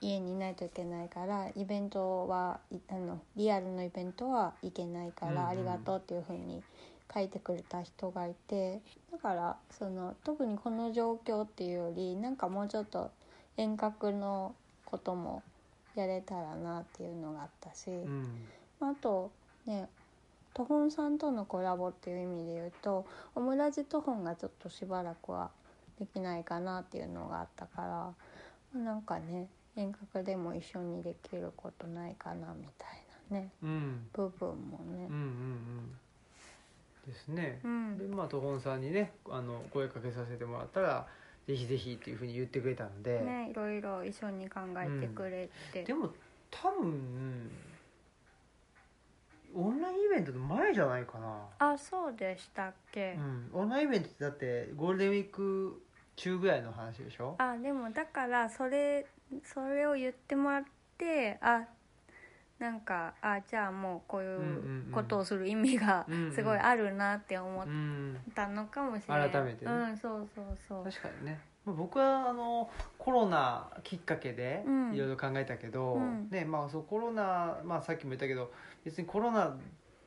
S2: 家にいないといけないからイベントはいあのリアルのイベントはいけないか
S1: うんうん
S2: らありがとうっていうふうに書いてくれた人がいてだからその特にこの状況っていうよりなんかもうちょっと遠隔のこともやれたらなっていうのがあったし、
S1: うんうん
S2: あとねトホンさんとのコラボっていう意味で言うとオムラジトホンがちょっとしばらくはできないかなっていうのがあったからなんかね遠隔でも一緒にできることないかなみたいなね
S1: うん
S2: 部分も
S1: うんうんう
S2: ね
S1: んですね
S2: う。
S1: で
S2: ん
S1: まあトホンさんにねあの声かけさせてもらったらぜひぜひっていうふうに言ってくれたので、
S2: ねいろいろ一緒に考えてくれて、
S1: でも多分オンラインイベントの前じゃないかな。
S2: あそうでしたっけ、
S1: うん、オンラインイベントってだってゴールデンウィーク中ぐらいの話でしょ
S2: あでもだからそれそれを言ってもらってあなんかあじゃあもうこうい
S1: んうん
S2: う
S1: うん
S2: うことをする意味が
S1: うんうん
S2: すごいあるなって思っ
S1: うん
S2: たのかもしれない、
S1: 改めてね
S2: うんそうそうそう
S1: 確かにねまあ僕はあのコロナきっかけで
S2: うん
S1: いろいろ考えたけど、
S2: うん
S1: ねまあ、そうコロナ、まあ、さっきも言ったけど別にコロナ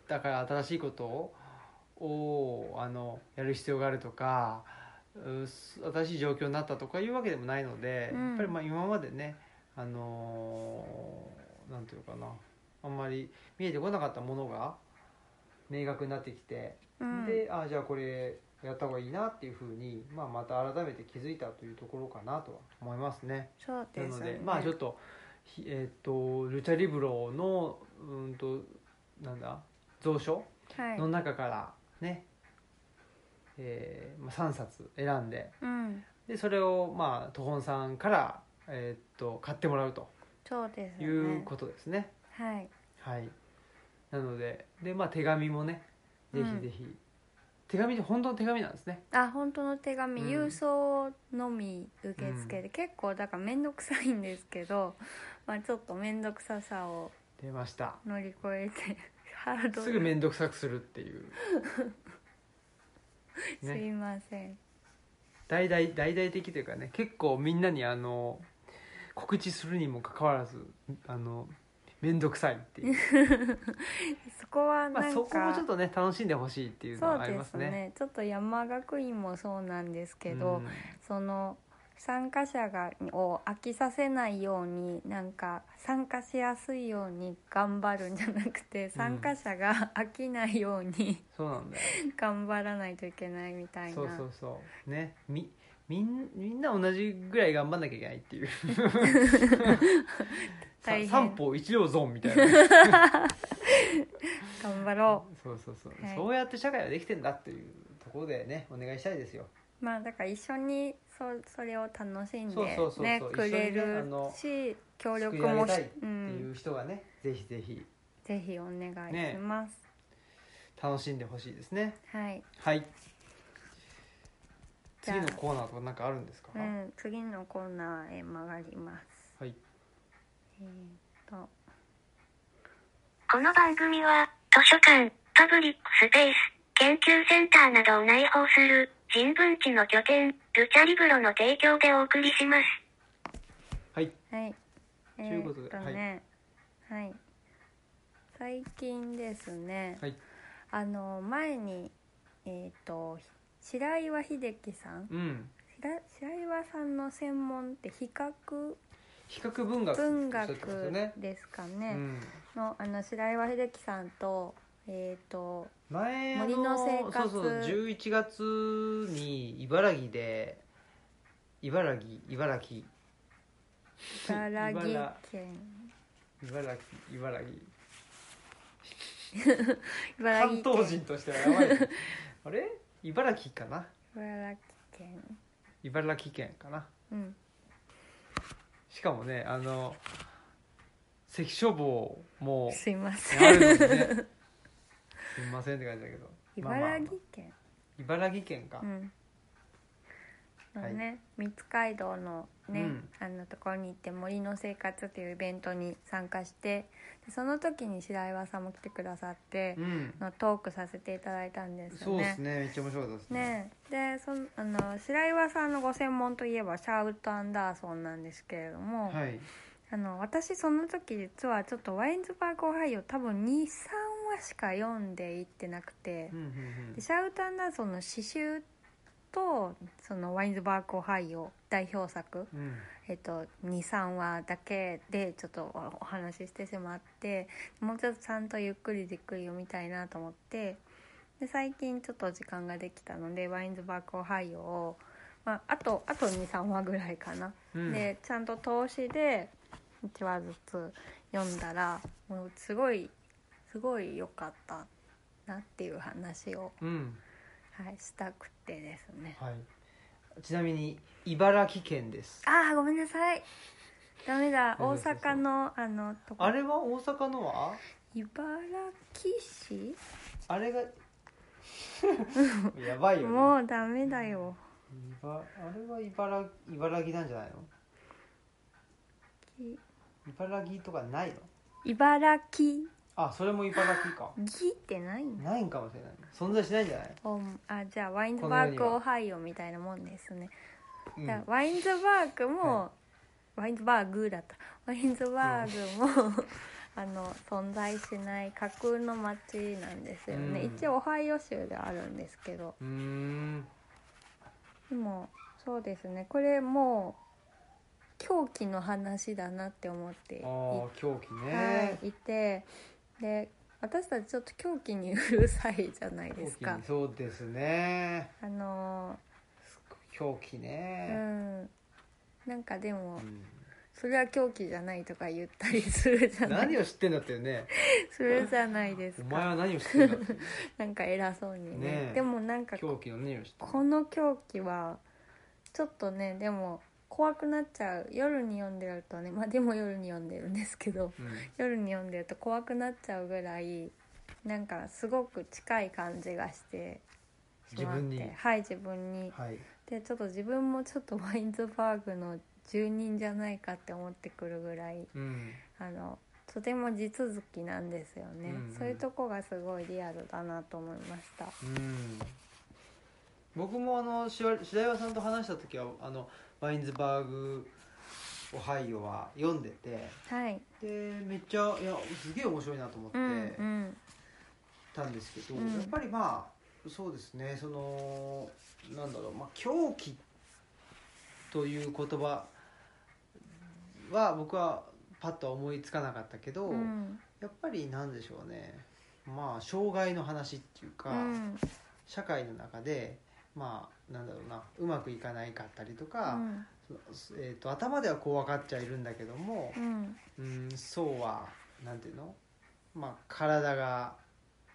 S1: だから新しいことををあのやる必要があるとかうす新しい状況になったとかいうわけでもないので、
S2: うん
S1: やっぱりまあ今までねあのーなんていうかなあんまり見えてこなかったものが明確になってきて
S2: うん
S1: であじゃあこれやった方がいいなっていうふうに、まあ、また改めて気づいたというところかなとは思いますね。
S2: そう
S1: な
S2: です
S1: の
S2: よ
S1: で、
S2: ね
S1: まあちょっと,、ひえー、とルチャリブロのうんとなんだ蔵書
S2: はい
S1: の中からね、えーまあ、3冊選んで
S2: うん
S1: でそれをまあトホンさんから、えー、と買ってもらうと
S2: そうです
S1: い
S2: よ
S1: う
S2: ね
S1: ことですね。
S2: はい
S1: はい、なのでで、まあ、手紙もねぜひぜひ、手紙で本当の手紙なんですね。
S2: あ本当の手紙、
S1: うん
S2: 郵送のみ受付で、結構だから面倒くさいんですけど、まあ、ちょっと面倒くささを
S1: 出ました
S2: 乗り越えて ハードル
S1: すぐ面倒くさくするっていう
S2: すいません
S1: 大々大々的というかね結構みんなにあの告知するにもかかわらずあの面倒くさいって いう、
S2: そこは
S1: ま
S2: な
S1: あ、
S2: ん
S1: そこ
S2: か、
S1: もちょっとね楽しんでほしいっていうのはあります
S2: そうです
S1: ね。
S2: ねちょっと山学院もそうなんですけ
S1: う
S2: ど、
S1: ん
S2: その参加者がを飽きさせないようになんか参加しやすいように頑張るんじゃなくて参加者が飽きないように
S1: そうなんだよ
S2: 頑張らないといけないみたいな
S1: そうそうそうねみみんみんな同じぐらい頑張んなきゃいけないって いうさ
S2: 大変
S1: 三歩一両ゾーンみたいな
S2: 頑張ろ
S1: そうそうそう、
S2: はい
S1: そうやって社会はできてんだっていうところでねお願いしたいですよ
S2: うまあだから一緒にそそれを楽しん
S1: そうそうそうそ
S2: で
S1: う
S2: ね
S1: 一緒にね
S2: くれ
S1: あ
S2: る
S1: の
S2: し協力
S1: 作り上
S2: も
S1: げた
S2: し
S1: いって
S2: う
S1: い
S2: ん、
S1: う人がね、ぜひぜひ
S2: ぜひお願いします、
S1: 楽しんでほしいですね
S2: はい
S1: はい
S2: じゃあ
S1: 次のコーナーとかなんかあるんですか、
S2: うん、次のコーナーへ曲がります。
S1: はい
S2: えーっと、
S3: この番組は、図書館、パブリックスペース、研究センターなどを内包する、人文地の拠点、ルチャリブロの提供でお送りします。
S1: はい
S2: はい。え
S1: いうことで
S2: ーっね、はい、最近ですね、
S1: はい
S2: あの前にえーっと白岩秀樹さん、
S1: うん
S2: 白白岩さんの専門って比較
S1: 比較文学
S2: 文
S1: っておっしゃってますよ
S2: 学
S1: ね
S2: ですか
S1: う
S2: ね。
S1: ん、
S2: のあの白岩秀樹さんとえーっと
S1: 前
S2: 森の生活
S1: そうそう11月に茨城で茨城茨城
S2: 茨城県
S1: 茨城茨城関
S2: 茨城県
S1: 東人としてはやばいあれ茨城かな
S2: 茨城県
S1: 茨城県かな
S2: うん
S1: しかもねあの関所房 も
S2: すいませ
S1: ある
S2: ん
S1: のにねすみませんって感じだけどまあまあ
S2: 茨城県
S1: 茨城県か、
S2: うん
S1: は
S2: の
S1: い
S2: ね三街道のね、
S1: うん
S2: あのところに行って「森の生活」っていうイベントに参加してでその時に白岩さんも来てくださって
S1: うん、
S2: のトークさせていただいたんです
S1: そ
S2: よ
S1: うで
S2: ね
S1: す。ねめっちゃ面白かったですね
S2: ねでそのあの白岩さんのご専門といえばシャウト・アンダーソンなんですけれども、
S1: はい
S2: あの私その時実はちょっとワインズバーグ・オハイオ多分23話しか読んでいってなくて
S1: うん、うんうん
S2: でシャウト・アンダーソンの詩集とそのワインズバーグ・オハイオ代表作、
S1: うん
S2: えっと、23話だけでちょっとおお話ししてしまってもうちょっとちゃんとゆっくりじっくり読みたいなと思ってで最近ちょっと時間ができたのでワインズバーグ・オハイオを、まあ、あとあと23話ぐらいかな。
S1: うん
S2: でちゃんと投資で1話ずつ読んだらもうすごいすごい良かったなっていう話を、
S1: うん
S2: はい、したくてですね
S1: はい、ちなみに茨城県です
S2: ああごめんなさいダメだ
S1: そう
S2: 大
S1: そうそう
S2: 阪のあのとこ
S1: あれは大阪のは
S2: 茨城市
S1: あ れがやばいよね
S2: もうダメだよ
S1: 茨あれは茨茨城なんじゃないの
S2: き
S1: 茨城とかないの
S2: 茨城
S1: あそれも茨城か
S2: ぎってないんだ
S1: ないんかもしれない存在しないんじゃない、
S2: おあじゃあワインズバー
S1: この世に
S2: ク
S1: は
S2: オハイオみたいなもんですね
S1: うん
S2: だからワインズバーグも、ワインズバーグだったワインズバーグも、 あの存在しない架空の町なんですよね、
S1: うん
S2: 一応オハイオ州ではあるんですけど
S1: うーん
S2: でもそうですねこれもう狂気の話だなって思ってい
S1: ああ狂気
S2: は
S1: ね、
S2: い、いてで私たちちょっと狂気にうるさいじゃない
S1: 狂
S2: です
S1: 気
S2: か
S1: に。そうですね
S2: あの
S1: 狂気
S2: う
S1: ね、
S2: んなんかでも
S1: うん
S2: それは狂気じゃないとか言ったりするじゃない
S1: 何を知ってんだっていう ね
S2: するじゃないです
S1: お前
S2: か
S1: は何を知ってんだっていう
S2: なんか偉そうにね
S1: ねえ
S2: でもなんか
S1: 狂気の何を知ってんだ
S2: この狂気はちょっとねでも怖くなっちゃう夜に読んでるとねまあでも夜に読んでるんですけど
S1: うん
S2: 夜に読んでると怖くなっちゃうぐらいなんかすごく近い感じがしてしまっ
S1: 自分
S2: て
S1: に
S2: はい自分に
S1: はい
S2: でちょっと自分もちょっとワインズバーグの住人じゃないかって思ってくるぐらい
S1: うん
S2: あのとても地続きなんですよね、
S1: うんうん
S2: そういうとこがすごいリアルだなと思いました
S1: うん僕もあのしわ白岩さんと話した時はあのワインズバーグ「オハイオ」は読んでて
S2: はい
S1: でめっちゃいやすげえ面白いなと思って
S2: うんうん
S1: たんですけど、
S2: うん
S1: やっぱりまあそうですねそのなんだろう、まあ、狂気という言葉は僕はパッとは思いつかなかったけど、
S2: うん
S1: やっぱりなんでしょうねまあ障害の話っていうか。
S2: うん
S1: 社会の中でまあなんだろうなうまくいかないかったりとか、そえー、と頭ではこう分かっちゃいるんだけども
S2: う、ん
S1: うん、そうはなんていうの、まあ、体が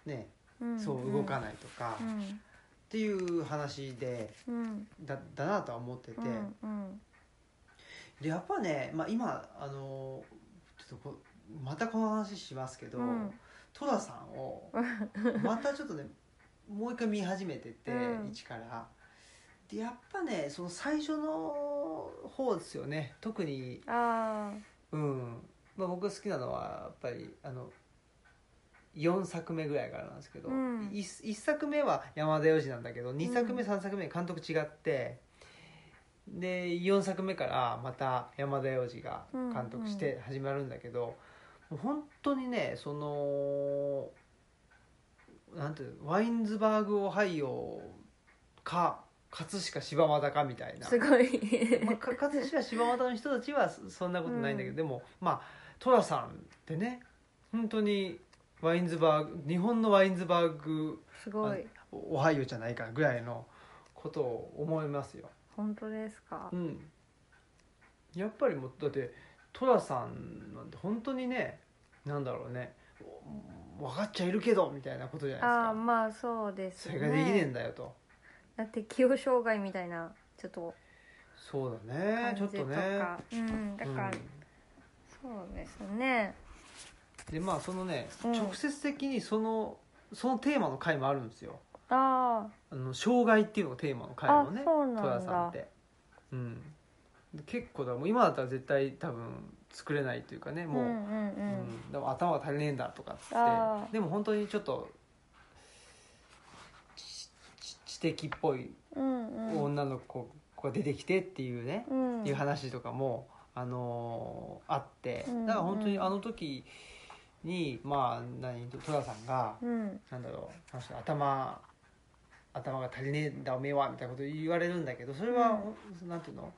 S1: ね
S2: うん
S1: そう動かないとか、
S2: う
S1: っ
S2: ん
S1: ていう話で
S2: うん
S1: だだなとは思ってて、
S2: うんうん
S1: でやっぱね、まあ、今あのちょっとこまたこの話しますけど、
S2: うん
S1: 戸田さん をまたちょっとねもう一回見始めてて、
S2: うん
S1: 一からでやっぱねその最初の方ですよね特に、
S2: あ
S1: うんまあ、僕が好きなのはやっぱりあの4作目ぐらいからなんですけど、
S2: うん
S1: 一 1, 作目は山田洋次なんだけど2作目、
S2: う
S1: 三3作目監督違ってで4作目からまた山田洋次が監督して始まるんだけど、もう本当にねそのなんていうのワインズバーグ・オハイオか葛飾柴又かみたい
S2: あ
S1: な。
S2: すごい
S1: まあ、か葛飾柴又の人たちはそそんなことないんだけど、でもまあ寅さんってね本当にワインズバーグ日本のワインズバーグ
S2: すごい
S1: オハイオじゃないかぐらいのことを思いますよ。
S2: 本当ですか
S1: うん、やっぱりもうだって寅さんなんて本当にねなんだろうねお分かっちゃいるけどみたいなことじゃ
S2: あ
S1: な
S2: あ
S1: い
S2: まあそうで
S1: です
S2: す
S1: か。それができねえ
S2: ね
S1: んだよと。
S2: だって器用障害みたいなちょっと
S1: そうだね
S2: 感
S1: ちょっ
S2: じと
S1: とね。
S2: かうんだから
S1: うん
S2: そうですね
S1: でまあそのね、
S2: うん
S1: 直接的にそのそのテーマの回もあるんですよ
S2: あ
S1: あの障害っていうのがテーマの回
S2: あ
S1: もね
S2: そうなんだ
S1: 寅さんってうんで結構だもう今だったら絶対多分作れないというかね
S2: あ
S1: もう、
S2: うん
S1: うん
S2: うんうん
S1: でも頭が足りねえんだとかっつ
S2: あ
S1: っ
S2: ー
S1: てでも本当にちょっと知知知的っぽい
S2: うんうん
S1: 女の子が出てきてっていうね、
S2: うん
S1: いう話とかも、あのーあって
S2: うん
S1: だから本当にあの時にまあ何寅さんが、
S2: うん
S1: なんだろうあの人頭頭が足りねえんだおめえはみたいなこと言われるんだけどそれは、なんていうの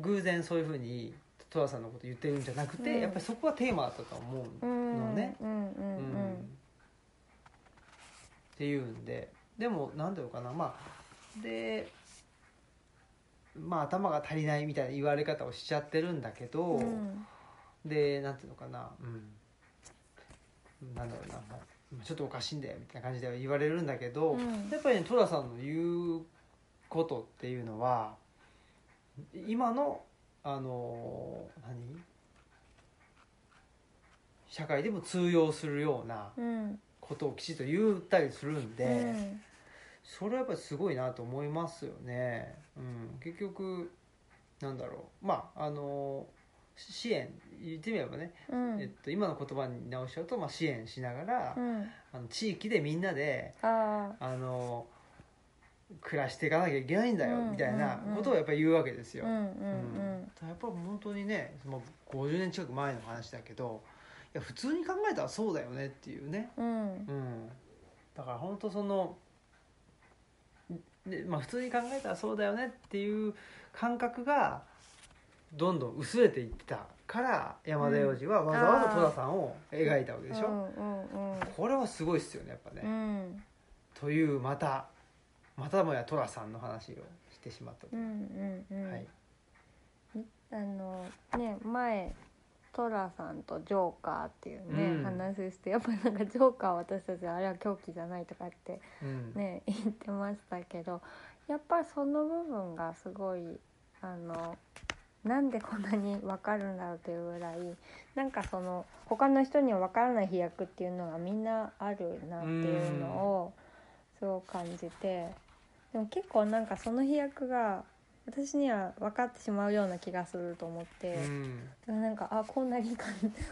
S1: 偶然そういうふうに寅さんのこと言ってるんじゃなくて、
S2: うん
S1: やっぱりそこはテーマだったと思う
S2: う
S1: の
S2: ん
S1: ね。
S2: うんう
S1: う
S2: ん
S1: ん
S2: うん
S1: っていうんででも何だろうかなまあでまあ頭が足りないみたいな言われ方をしちゃってるんだけど、
S2: うん
S1: でなんていうのかなうんなんだろうなまあちょっとおかしいんだよみたいな感じでは言われるんだけど、
S2: うん
S1: やっぱりね寅さんの言うことっていうのは今のあの何社会でも通用するような
S2: うん
S1: ことをきちっと言ったりするんで、
S2: うん
S1: それはやっぱりすごいなと思いますよね。うん、結局なんだろうまああのし支援言ってみればね、
S2: うん
S1: えっと、今の言葉に直しちゃうと、まあ、支援しながら、
S2: うん
S1: あの地域でみんなで
S2: あ
S1: あの暮らしていかなきゃいけないんだよ、
S2: うん
S1: みたいな
S2: うんうん
S1: ことをやっぱり言うわけです
S2: あ
S1: よ。
S2: うんうん
S1: う
S2: うん
S1: やっぱ本当にねその50年近く前の話だけどいや普通に考えたらそうだよねっていうね。
S2: う
S1: う
S2: ん
S1: ん、だから本当そので、まあ、普通に考えたらそうだよねっていう感覚がどんどん薄れていったから山田洋次はわざわざ戸田さんを描いたわけでしょ、
S2: うんうん
S1: これはすごいっすよねやっぱね
S2: う、ん
S1: というまたまたもや寅さんの話をしてしまった
S2: う
S1: と、
S2: んうんうん
S1: はい、
S2: あのね前トラさんとジョーカーっていうね、
S1: うん
S2: 話してやっぱりなんかジョーカーは私たちあれは狂気じゃないとかって
S1: うん
S2: ね言ってましたけどやっぱりその部分がすごいあのなんでこんなに分かるんだろうというぐらいなんかその他の人には分からない飛躍っていうのがみんなあるなっていうのをすごく感じてでも結構なんかその飛躍が私には分かってしまうような気がすると思って、
S1: うん
S2: なんかあこんなにか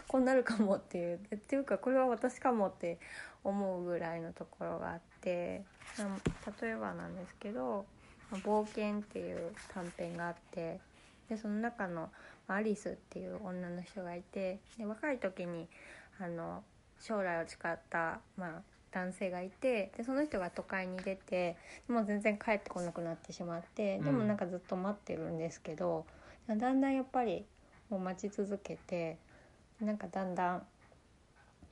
S2: こうなるかもっていうっていうかこれは私かもって思うぐらいのところがあってあ例えばなんですけど「冒険」っていう短編があってでその中のまあアリスっていう女の人がいてで若い時にあの将来を誓った、まあ、男性がいてでその人が都会に出てもう全然帰ってこなくなってしまってでもなんかずっと待ってるんですけど、だんだんやっぱりもう待ち続けてなんかだんだん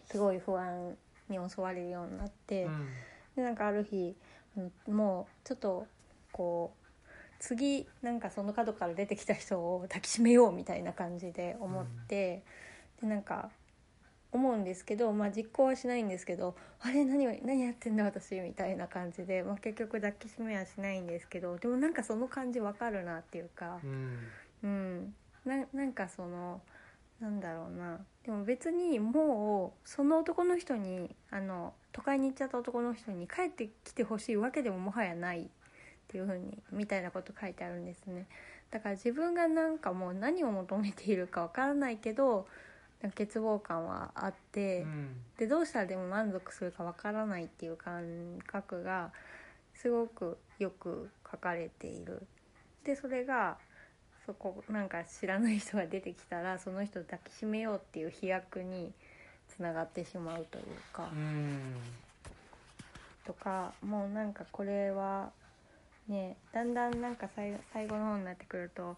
S2: すごい不安に襲われるようになって、
S1: うん
S2: でなんかある日あのもうちょっとこう次なんかその角から出てきた人を抱きしめようみたいな感じで思って、でなんか思うんですけど、まあ、実行はしないんですけど「あれ何を何やってんだ私」みたいな感じで、まあ、結局抱きしめはしないんですけどでもなんかその感じわかるなっていうか。
S1: うん
S2: うん、ななんかそのなんだろうなでも別にもうその男の人にあの都会に行っちゃった男の人に帰ってきてほしいわけでももはやないっていうふうにみたいなこと書いてあるんですねだから自分がなんかもう何を求めているかわからないけどなんか欠乏感はあって、
S1: うん
S2: でどうしたらでも満足するかわからないっていう感覚がすごくよく書かれているでそれがそこなんか知らない人が出てきたらその人を抱きしめようっていう飛躍につながってしまうというか、
S1: うん
S2: とかもうなんかこれはねだんだんなんか最最後の方になってくると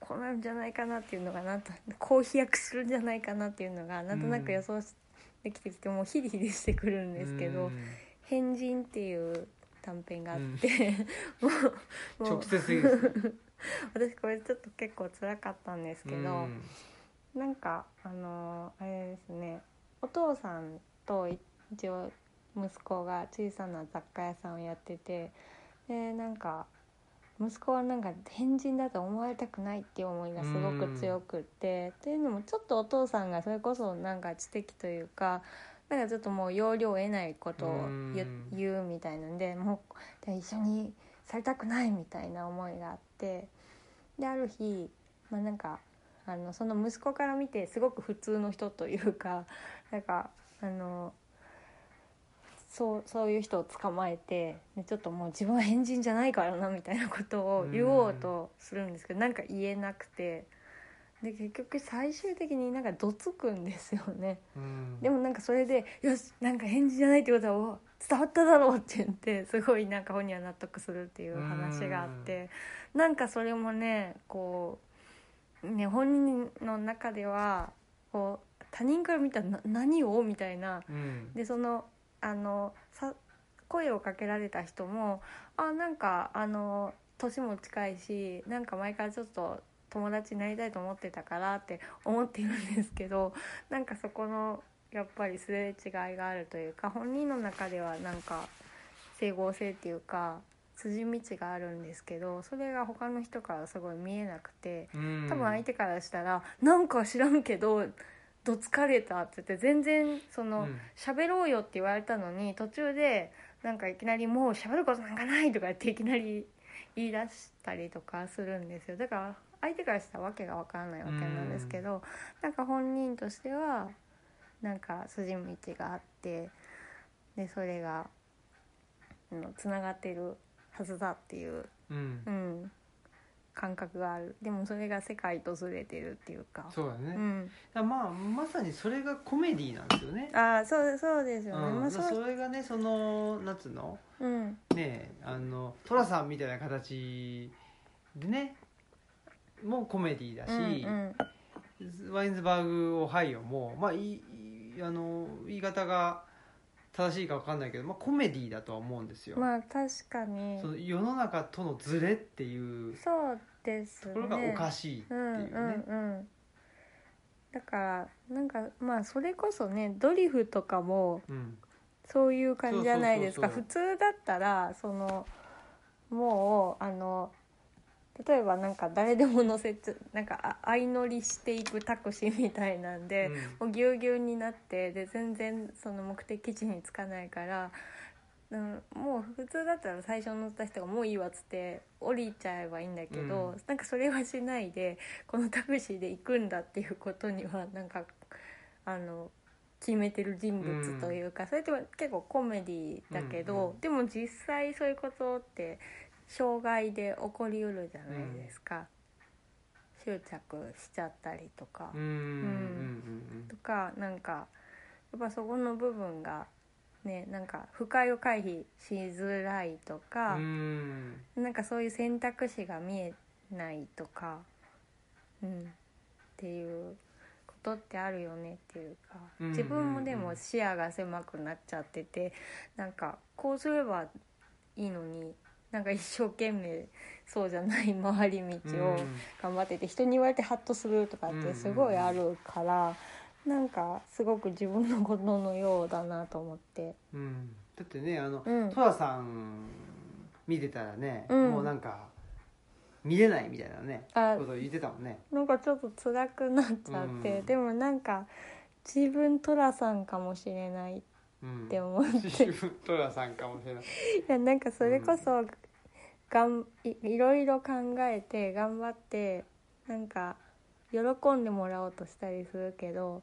S2: こうなるんじゃないかなっていうのがなんとこう飛躍するんじゃないかなっていうのがなんとなく予想しできてきてもうヒリヒリしてくるんですけど「変人」っていう短編があって、 もうもう
S1: 直接言 うんです
S2: 私これちょっと結構辛かったんですけ
S1: け
S2: ど。
S1: ど
S2: なんかあのーあれですねお父さんと一応息子が小さな雑貨屋さんをやっててでなんか息子はなんか変人だと思われたくないっていう思いがすごく強くってというのもちょっとお父さんがそれこそなんか知的というかなんかちょっともう要領を得ないことを言う
S1: うん
S2: 言うみたいなんでもうで一緒にされたくないみたいな思いがあってである日、まあ、なんかあのその息子から見てすごく普通の人というか なんかあのそうそういう人を捕まえてでちょっともう自分は変人じゃないからなみたいなことを言おうとするんですけどなんか言えなくてで結局最終的になんかどつくんですよね。で
S1: でも
S2: もなんかそれで「よしなんか返事じゃないってことはお伝わっただろう」って言ってすごいなんか本人は納得するっていう話があってなんかそれもねこうね本人の中ではこう他人から見たらな何をみたいなでそのあのさ声をかけられた人もあなんかあの年も近いしなんか前からちょっと友達になりたいと思ってたからって思っているんですけどなんかそこのやっぱりすれ違いがあるというか本人の中ではなんか整合性っていうか筋道があるんですけどそれが他の人からはすごい見えなくて。多
S1: 多分
S2: 分相
S1: 相手
S2: 手からしたら「なんか知らんけどどつかれた」って言って全然その
S1: うん
S2: 喋ろうよって言われたのに途中でなんかいきなり「もう喋ることなんかない」とか言っていきなり言い出したりとかするんですよだから相手からしたらわけがわからないわけなんですけどなんか本人としてはなんか筋道があってでそれがつながってるはずだっていううん、感覚があるでもそれが世界とずれてるっていうか
S1: そうだね
S2: ん、
S1: だからまあまさにそれがコメディなんですよね
S2: ああそうそうです
S1: うん
S2: よね、まあ
S1: そ
S2: そう
S1: れがねそのなんつうの
S2: うん
S1: ねあの寅さんみたいな形でねもうコメディだ
S2: うん
S1: し、ワインズバーグ・オハイオもまあいいいいあの言い方が正しいか分かんないけど、まあ、コメディだとは思うんです
S2: う
S1: よ、
S2: ん、まあ確かに
S1: その世の中とのズレっていう
S2: そうです
S1: と
S2: ね
S1: ころがおかしいって
S2: う
S1: いうんね、
S2: うんうんだからなんかまあそれこそねドリフとかも
S1: うん
S2: そういう感じじゃないですか
S1: そうそう
S2: 普通だったらそのもうあの例えばなんか誰でも乗せつなんかあ相乗りしていくタクシーみたいなんで、もうぎゅうぎゅうになってで全然その目的地に着かないからうん、もう普通だったら最初乗った人が「もういいわ」っつって降りちゃえばいいんだけど、
S1: うん
S2: なんかそれはしないでこのタクシーで行くんだっていうことにはなんかあの決めてる人物というか、それって結構コメディだけど、
S1: うんうん
S2: でも実際そういうことって障害で起こりうるじゃないですか、執着しちゃったりとか。
S1: うんうん
S2: とかなんかやっぱそこの部分がねなんか不快を回避しづらい
S1: う
S2: と
S1: ん
S2: か
S1: う、ん
S2: なんかそういう選択肢が見えないとか、うん、っていうことってあるよねっていうか
S1: うん
S2: 自分もでも視野が狭くなっちゃっててなんかこうすればいいのになんか一生懸命そうじゃない回り道を。頑張ってて人に言われてハッとするとかってすごいあるから、なんかすごく自分のことのようだなと思って
S1: うんだってねあの
S2: うん
S1: 戸田さん見てたらね
S2: うん
S1: もうなんか見れないみたいなね
S2: あ
S1: こと言ってたもんね
S2: なんかちょっと辛くなっちゃって、
S1: うん
S2: でもなんか自分トラさんかもしれないっ
S1: うん
S2: て思って、 い
S1: 戸田さんかもしれない
S2: やなんかそれこそがんいいろいろ考えて頑張ってなんか喜んでもらおうとしたりするけど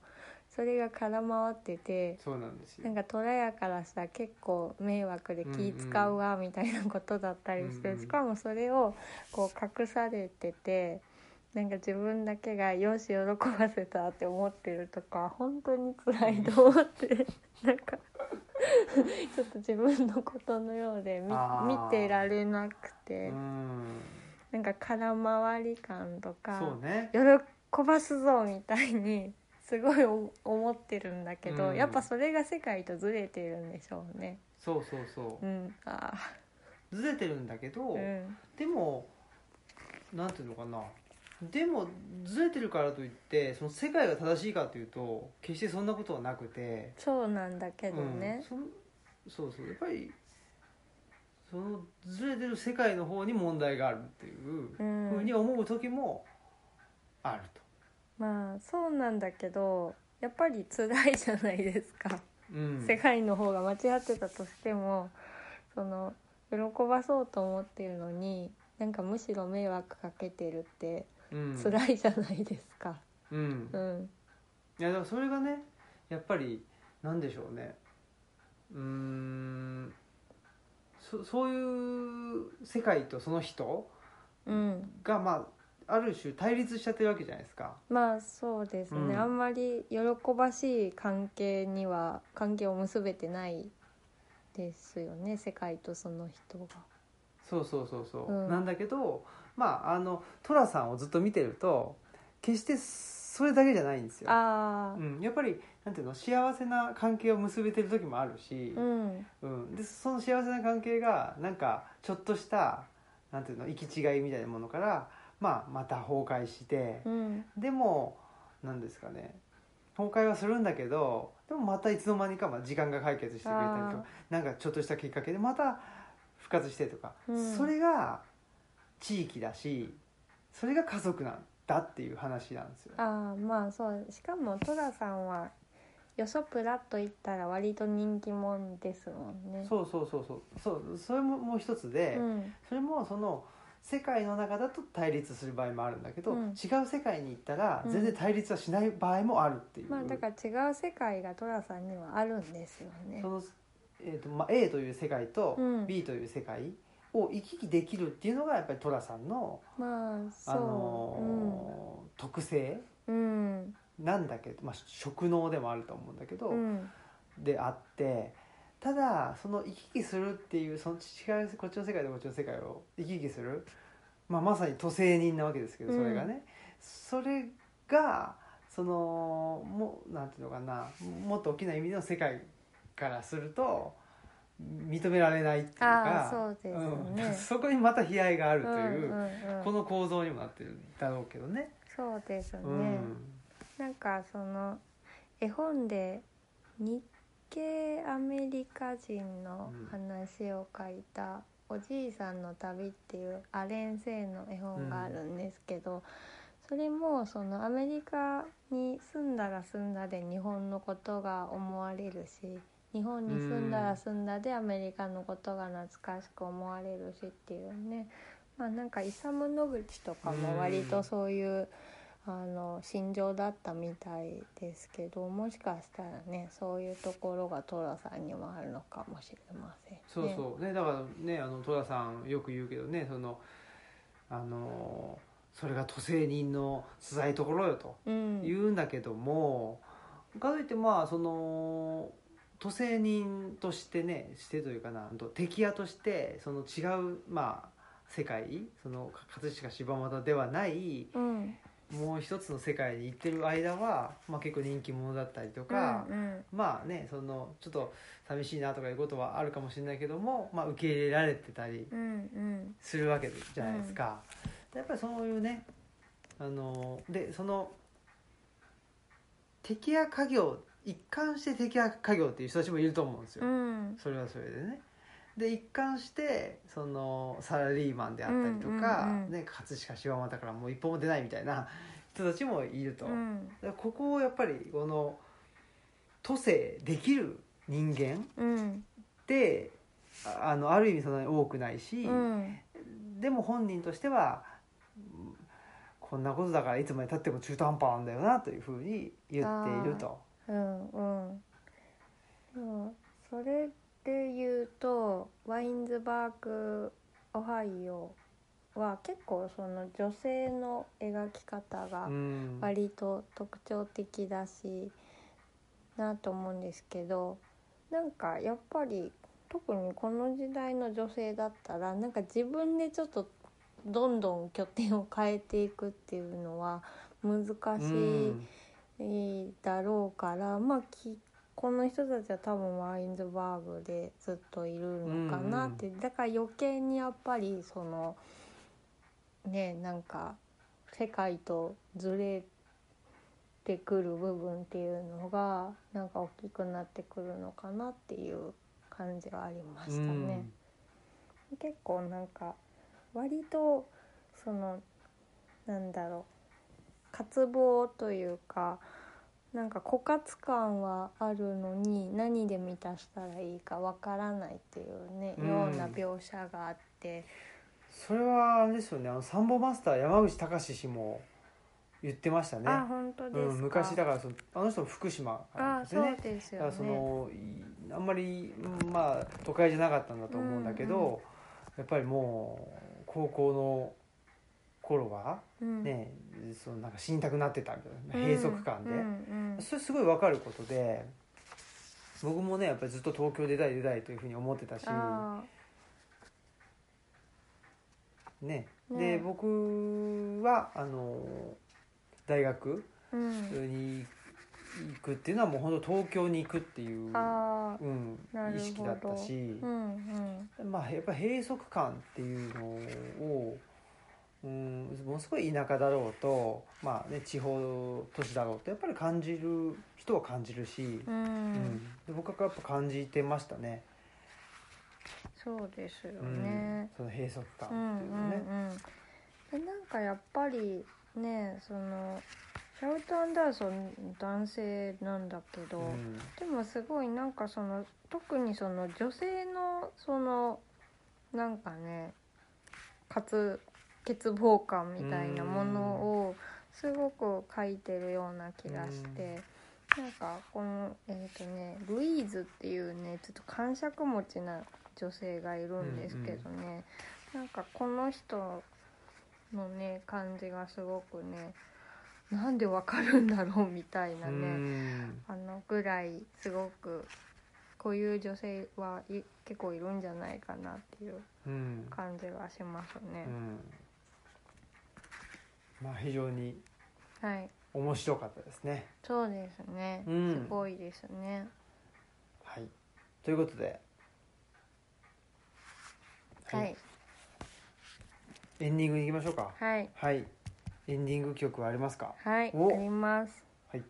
S2: それが空回ってて。
S1: そうなんですよ
S2: なんか虎屋からしたら結構迷惑で気使うわみたいなことだったりして、
S1: うんうん
S2: しかもそれをこう隠されててなんか自分だけが「よし喜ばせた」って思ってるとか本当に辛いと 思ってなんかちょっと自分のことのようで見
S1: あー
S2: 見てられなくて
S1: うん
S2: なんか空回り感とか。
S1: そうね
S2: 喜ばすぞみたいにすごいお思ってるんだけど、
S1: うん
S2: やっぱそれが世界とずれてるんでしょうね。、
S1: そうそうそううん
S2: あ
S1: ずれてるんだけど
S2: ーうん、
S1: でもなんていうのかなでもずれてるからといってその世界が正しいかというと決してそんなことはなくて、
S2: そうなんだけど
S1: うん、
S2: ね。
S1: そんそうそうやっぱりそのずれてる世界の方に問題があるっていう
S2: う
S1: ふ
S2: ん、
S1: うに思う時もあると。
S2: まあそうなんだけどやっぱり辛いじゃないですか。
S1: うん
S2: 世界の方が間違ってたとしてもその喜ばそうと思ってるのになんかむしろ迷惑かけてるって
S1: うん
S2: 辛いじゃないですか。
S1: うん
S2: うん、
S1: いやでもそれがねやっぱりなんでしょうねうーんそそういう世界とその人
S2: うん
S1: がまあある種対立しちゃってるわけじゃないですか。
S2: まあそうですね、
S1: うん
S2: あんまり喜ばしい関係には関係を結べてないですよね世界とその人が。
S1: そうそうそうそう、
S2: うん
S1: なんだけどまああの寅さんをずっと見てると決してそれだけじゃないんですよ。
S2: ああ
S1: うん、やっぱりなんていうの幸せな関係を結べてる時もあるし
S2: う、ん
S1: うん、でその幸せな関係がなんかちょっとしたなんていうの行き違いみたいなものから、まあ、また崩壊して
S2: う、ん
S1: でもなんですかね崩壊はするんだけどでもまたいつの間にかまあ時間が解決してくれたりとかなんかちょっとしたきっかけでまた復活してとか、
S2: うん
S1: それが地域だしそれが家族なんだっていう話なんですよ。
S2: ああまあそうしかも寅さんはよそプラッと言ったら割と人気もんですもんね。
S1: そうそうそうそうそうそれももう一つで、
S2: うん
S1: それもその世界の中だと対立する場合もあるんだけど、
S2: うん
S1: 違う世界に行ったら
S2: うん
S1: 全然対立はしない場合もあるっていう、
S2: まあだから違う世界が寅さんにはあるんですよね
S1: そ。の、えーとまあ、A という世界と
S2: うん
S1: B という世界を行き来できるっていうのがやっぱり寅さんの、
S2: まあ
S1: あ
S2: そう、
S1: のー特性
S2: うんうん
S1: なんだけど、まあ、職能でもあると思うんだけど、
S2: うん
S1: であってただその行き来するっていうその違うこっちの世界とこっちの世界を行き来する、まあ、まさに都政人なわけですけど
S2: うん
S1: それがね、それがそのもなんていうのかなもっと大きな意味での世界からすると認められないっていうか
S2: あーそうですよね
S1: うん、 そこにまた悲哀があるという、
S2: うんうんうん
S1: この構造にもなってるんだろうけどね。
S2: そうですね、
S1: うん
S2: なんかその絵本で日系アメリカ人の話を書いた「おじいさんの旅」っていうアレン・セイの絵本があるんですけど、それもそのアメリカに住んだら住んだで日本のことが思われるし日本に住んだ
S1: う
S2: ら
S1: ん
S2: 住んだでアメリカのことが懐かしく思われるしっていうねまあなんかイサム・ノグチとかも割とそういうあの心情だったみたいですけどもしかしたらねそういうところがトラさんにもあるのかもしれませんね。
S1: そうそうねだからねあの戸田さんよく言うけどねそのあのそれが都政人の辛いところよと
S2: うん、
S1: 言うんだけども、かといってまあその都政人としてねしてというかなあと敵屋としてその違うまあ世界その葛飾柴又ではない
S2: うん
S1: もう一つの世界に行ってる間は、まあ、結構人気者だったりとか、
S2: うん
S1: まあねそのちょっと寂しいなとかいうことはあるかもしれないけども、まあ、受け入れられてたり
S2: うんうん
S1: するわけじゃないですか、やっぱりそういうねあのでその敵や家業一貫して敵や家業っていう人たちもいると思うんですよ、
S2: うん
S1: それはそれでねで一貫してそのサラリーマンであったりとか、
S2: うんうんうん
S1: ね、葛飾柴又からもう一歩も出ないみたいな人たちもいると、
S2: うん
S1: だからここをやっぱりこの都政できる人間っ
S2: うん
S1: てああのある意味そんなに多くないし、
S2: うん
S1: でも本人としてはうんこんなことだからいつまでたっても中途半端なんだよなというふうに言っていると。
S2: うんうんでもそれで言うとワインズバークオハイオは結構その女性の描き方が
S1: うん
S2: 割と特徴的だしなと思うんですけどなんかやっぱり特にこの時代の女性だったらなんか自分でちょっとどんどん拠点を変えていくっていうのは難しい。いいだろうからまあきこの人たちは多分ワインズバーグでずっといるのかなって、だから余計にやっぱりそのねなんか世界とずれてくる部分っていうのがなんか大きくなってくるのかなっていう感じがありましたね。結構なんか割とそのなんだろう渇望というかなんか枯渇感はあるのに何で満たしたらいいかわからないっていうね、
S1: うん
S2: ような描写があって
S1: それはあれですよねあのサンボマスター山口隆氏も言ってましたね
S2: あ本当ですか、
S1: うん、昔だからそのあの人も福島な
S2: あ
S1: んです
S2: そ
S1: よ
S2: う
S1: ね
S2: です
S1: だか
S2: よ
S1: らそ
S2: ね
S1: のいあんまりうんまあ都会じゃなかったんだと思うんだけど、
S2: うんうん
S1: やっぱりもう高校の頃は
S2: うん
S1: ね、そのなんか死にたくなってたみた
S2: う
S1: い
S2: ん
S1: な閉塞感で、
S2: うんうん
S1: それすごいわかることで僕もねやっぱりずっと東京出たい出たいというふうに思ってたし、
S2: あ
S1: ね
S2: ね
S1: で僕はあの大学
S2: ーうん
S1: に行くっていうのはもう本当東京に行くっていう、
S2: あ
S1: うん
S2: なるほ、ど
S1: 意識だったし
S2: ー、うん
S1: まあ、やっぱ閉塞感っていうのを、うん、ものすごい田舎だろうと、まあね、地方都市だろうとやっぱり感じる人は感じるし、
S2: うんうん、
S1: うんで僕はやっぱ感じてましたね,、
S2: そうですよね、
S1: うん、その閉塞感っていうのね。
S2: うんうんうん、でなんかやっぱりねそのシャウト・アンダーソン男性なんだけど、
S1: うん
S2: でもすごいなんかその特にその女性のそのなんかねかつ欠乏感みたいなものをすごく書いてるような気がして。なんかこのえっ、とねルイーズっていうねちょっと感触持ちな女性がいるんですけどね、なんかこの人のね感じがすごくねなんでわかるんだろうみたいな
S1: う
S2: ね、
S1: ん
S2: あのぐらいすごくこういう女性はい結構いるんじゃないかなっていう
S1: うん
S2: 感じがしますね
S1: う。んまあ非常に
S2: はい、
S1: 面白かったですね。
S2: そうですね。
S1: うん
S2: すごいですね。
S1: はい、ということで、
S2: はい、
S1: エンディングに行きましょうか。
S2: はい、
S1: はい。エンディング曲はありますか。
S2: はい、
S1: お
S2: あります。
S1: はい。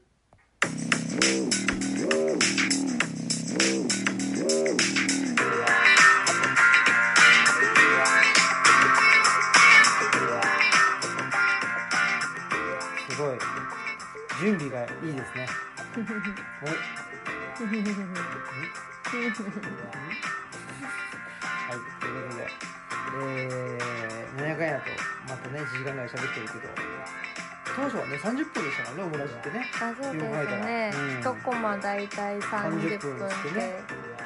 S1: すごい。準備がいいですね。はい。はい、ということで、えー、700円やと、またね、1時間ぐらい喋ってるけど、当初はね、30分でしたからね、オムラジってね。
S2: あそうですね
S1: うん
S2: 一コマだいたい
S1: 30
S2: 30分
S1: 分
S2: って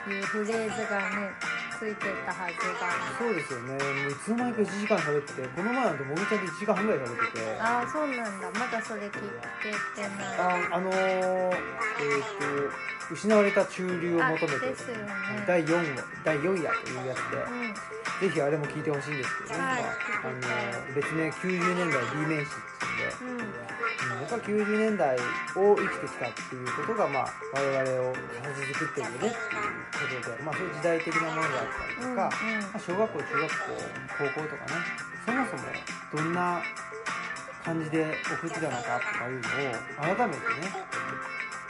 S2: いうフレーズがねついてたはずが
S1: そうですよね、もういつの間にか1時間喋ってて、この前なんて、もみちゃんと1時間半ぐらい喋ってて、あ
S2: ああそうなんだまだそれ聞けてない
S1: あのー、えっ、と、失われた中流を
S2: あ
S1: 求めて
S2: で、すよね
S1: 第4話、第4夜というやつで、
S2: うん
S1: ぜひあれも聞いてほしいんですけどね、
S2: はい
S1: あのー別名90年代 B 面詞っていうんで、
S2: うん
S1: うんやっぱ90年代を生きてきたっていうことが、まあ、我々を形作ってるよねっていうことで、まあ、そういう時代的なものだったり
S2: うんう
S1: と
S2: ん
S1: か、まあ、小学校中学校高校とかねそもそもどんな感じで送ってたのかとかいうのを改めてね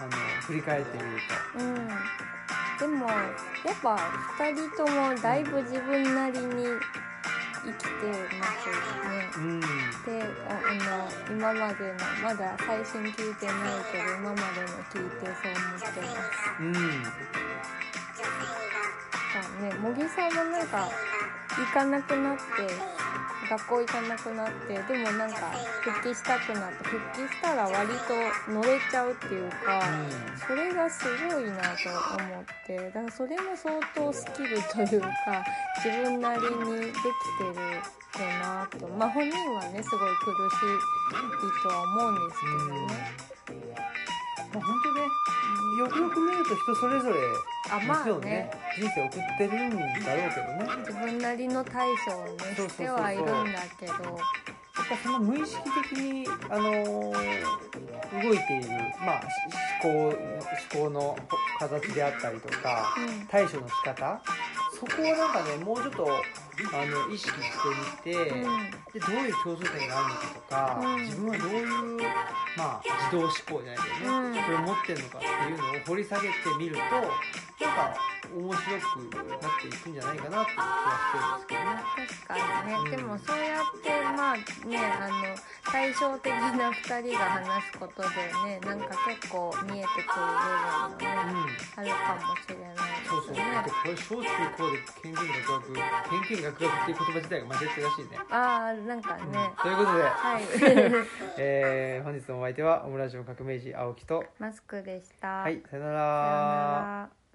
S1: あの振り返ってみる
S2: うんでもやっぱ2人ともだいぶ自分なりに生きてますよね
S1: とうん
S2: でああの今までのまだ最新聞いてないけど今までの聞いてそう思ってます
S1: うん
S2: だね茂木さんもなんか行かなくなって学校行かなくなってでもなんか復帰したくなって復帰したら割と乗れちゃうっていうか、それがすごいなと思ってだからそれも相当スキルというか自分なりにできてるかなとまあ本人はねすごい苦しいとは思うんですけどね
S1: まあ、本当ねよくよく見ると人それぞれ
S2: あまあ
S1: もちろん
S2: ね
S1: ね人生送ってるんだろうけどね
S2: 自分なりの対処をね
S1: そうそうそうそう
S2: してはいるんだけ
S1: や
S2: ど
S1: っぱその無意識的に、あのー動いている、まあ、し思考思考の形であったりとか
S2: うん
S1: 対処の仕方そこをなんかねもうちょっとあの意識してみて、
S2: うん
S1: でどういう共通点があるのかとか、
S2: うん
S1: 自分はどういう、まあ、自動思考じゃないけどね、
S2: うん
S1: これを持ってるのかっていうのを掘り下げてみるとなんか面白くなっていくんじゃないかなっていう気はしてるんです
S2: 確かにねでもそうやってまあねあの対照的な2人が話すことでねなんか結構見えてくる部分が
S1: け
S2: ね
S1: どね。うん
S2: あるかもしれないですね
S1: そうそう。なんかこれ小中高で偏見学学、偏見学学っていう言葉自体が間違ってるらしいね。
S2: ああなんかね、
S1: ということで、
S2: はい
S1: えー、本日のお相手はオムラジオ革命児青木と、
S2: マスクでした、
S1: はい、さよな
S2: さような
S1: ら。
S2: ら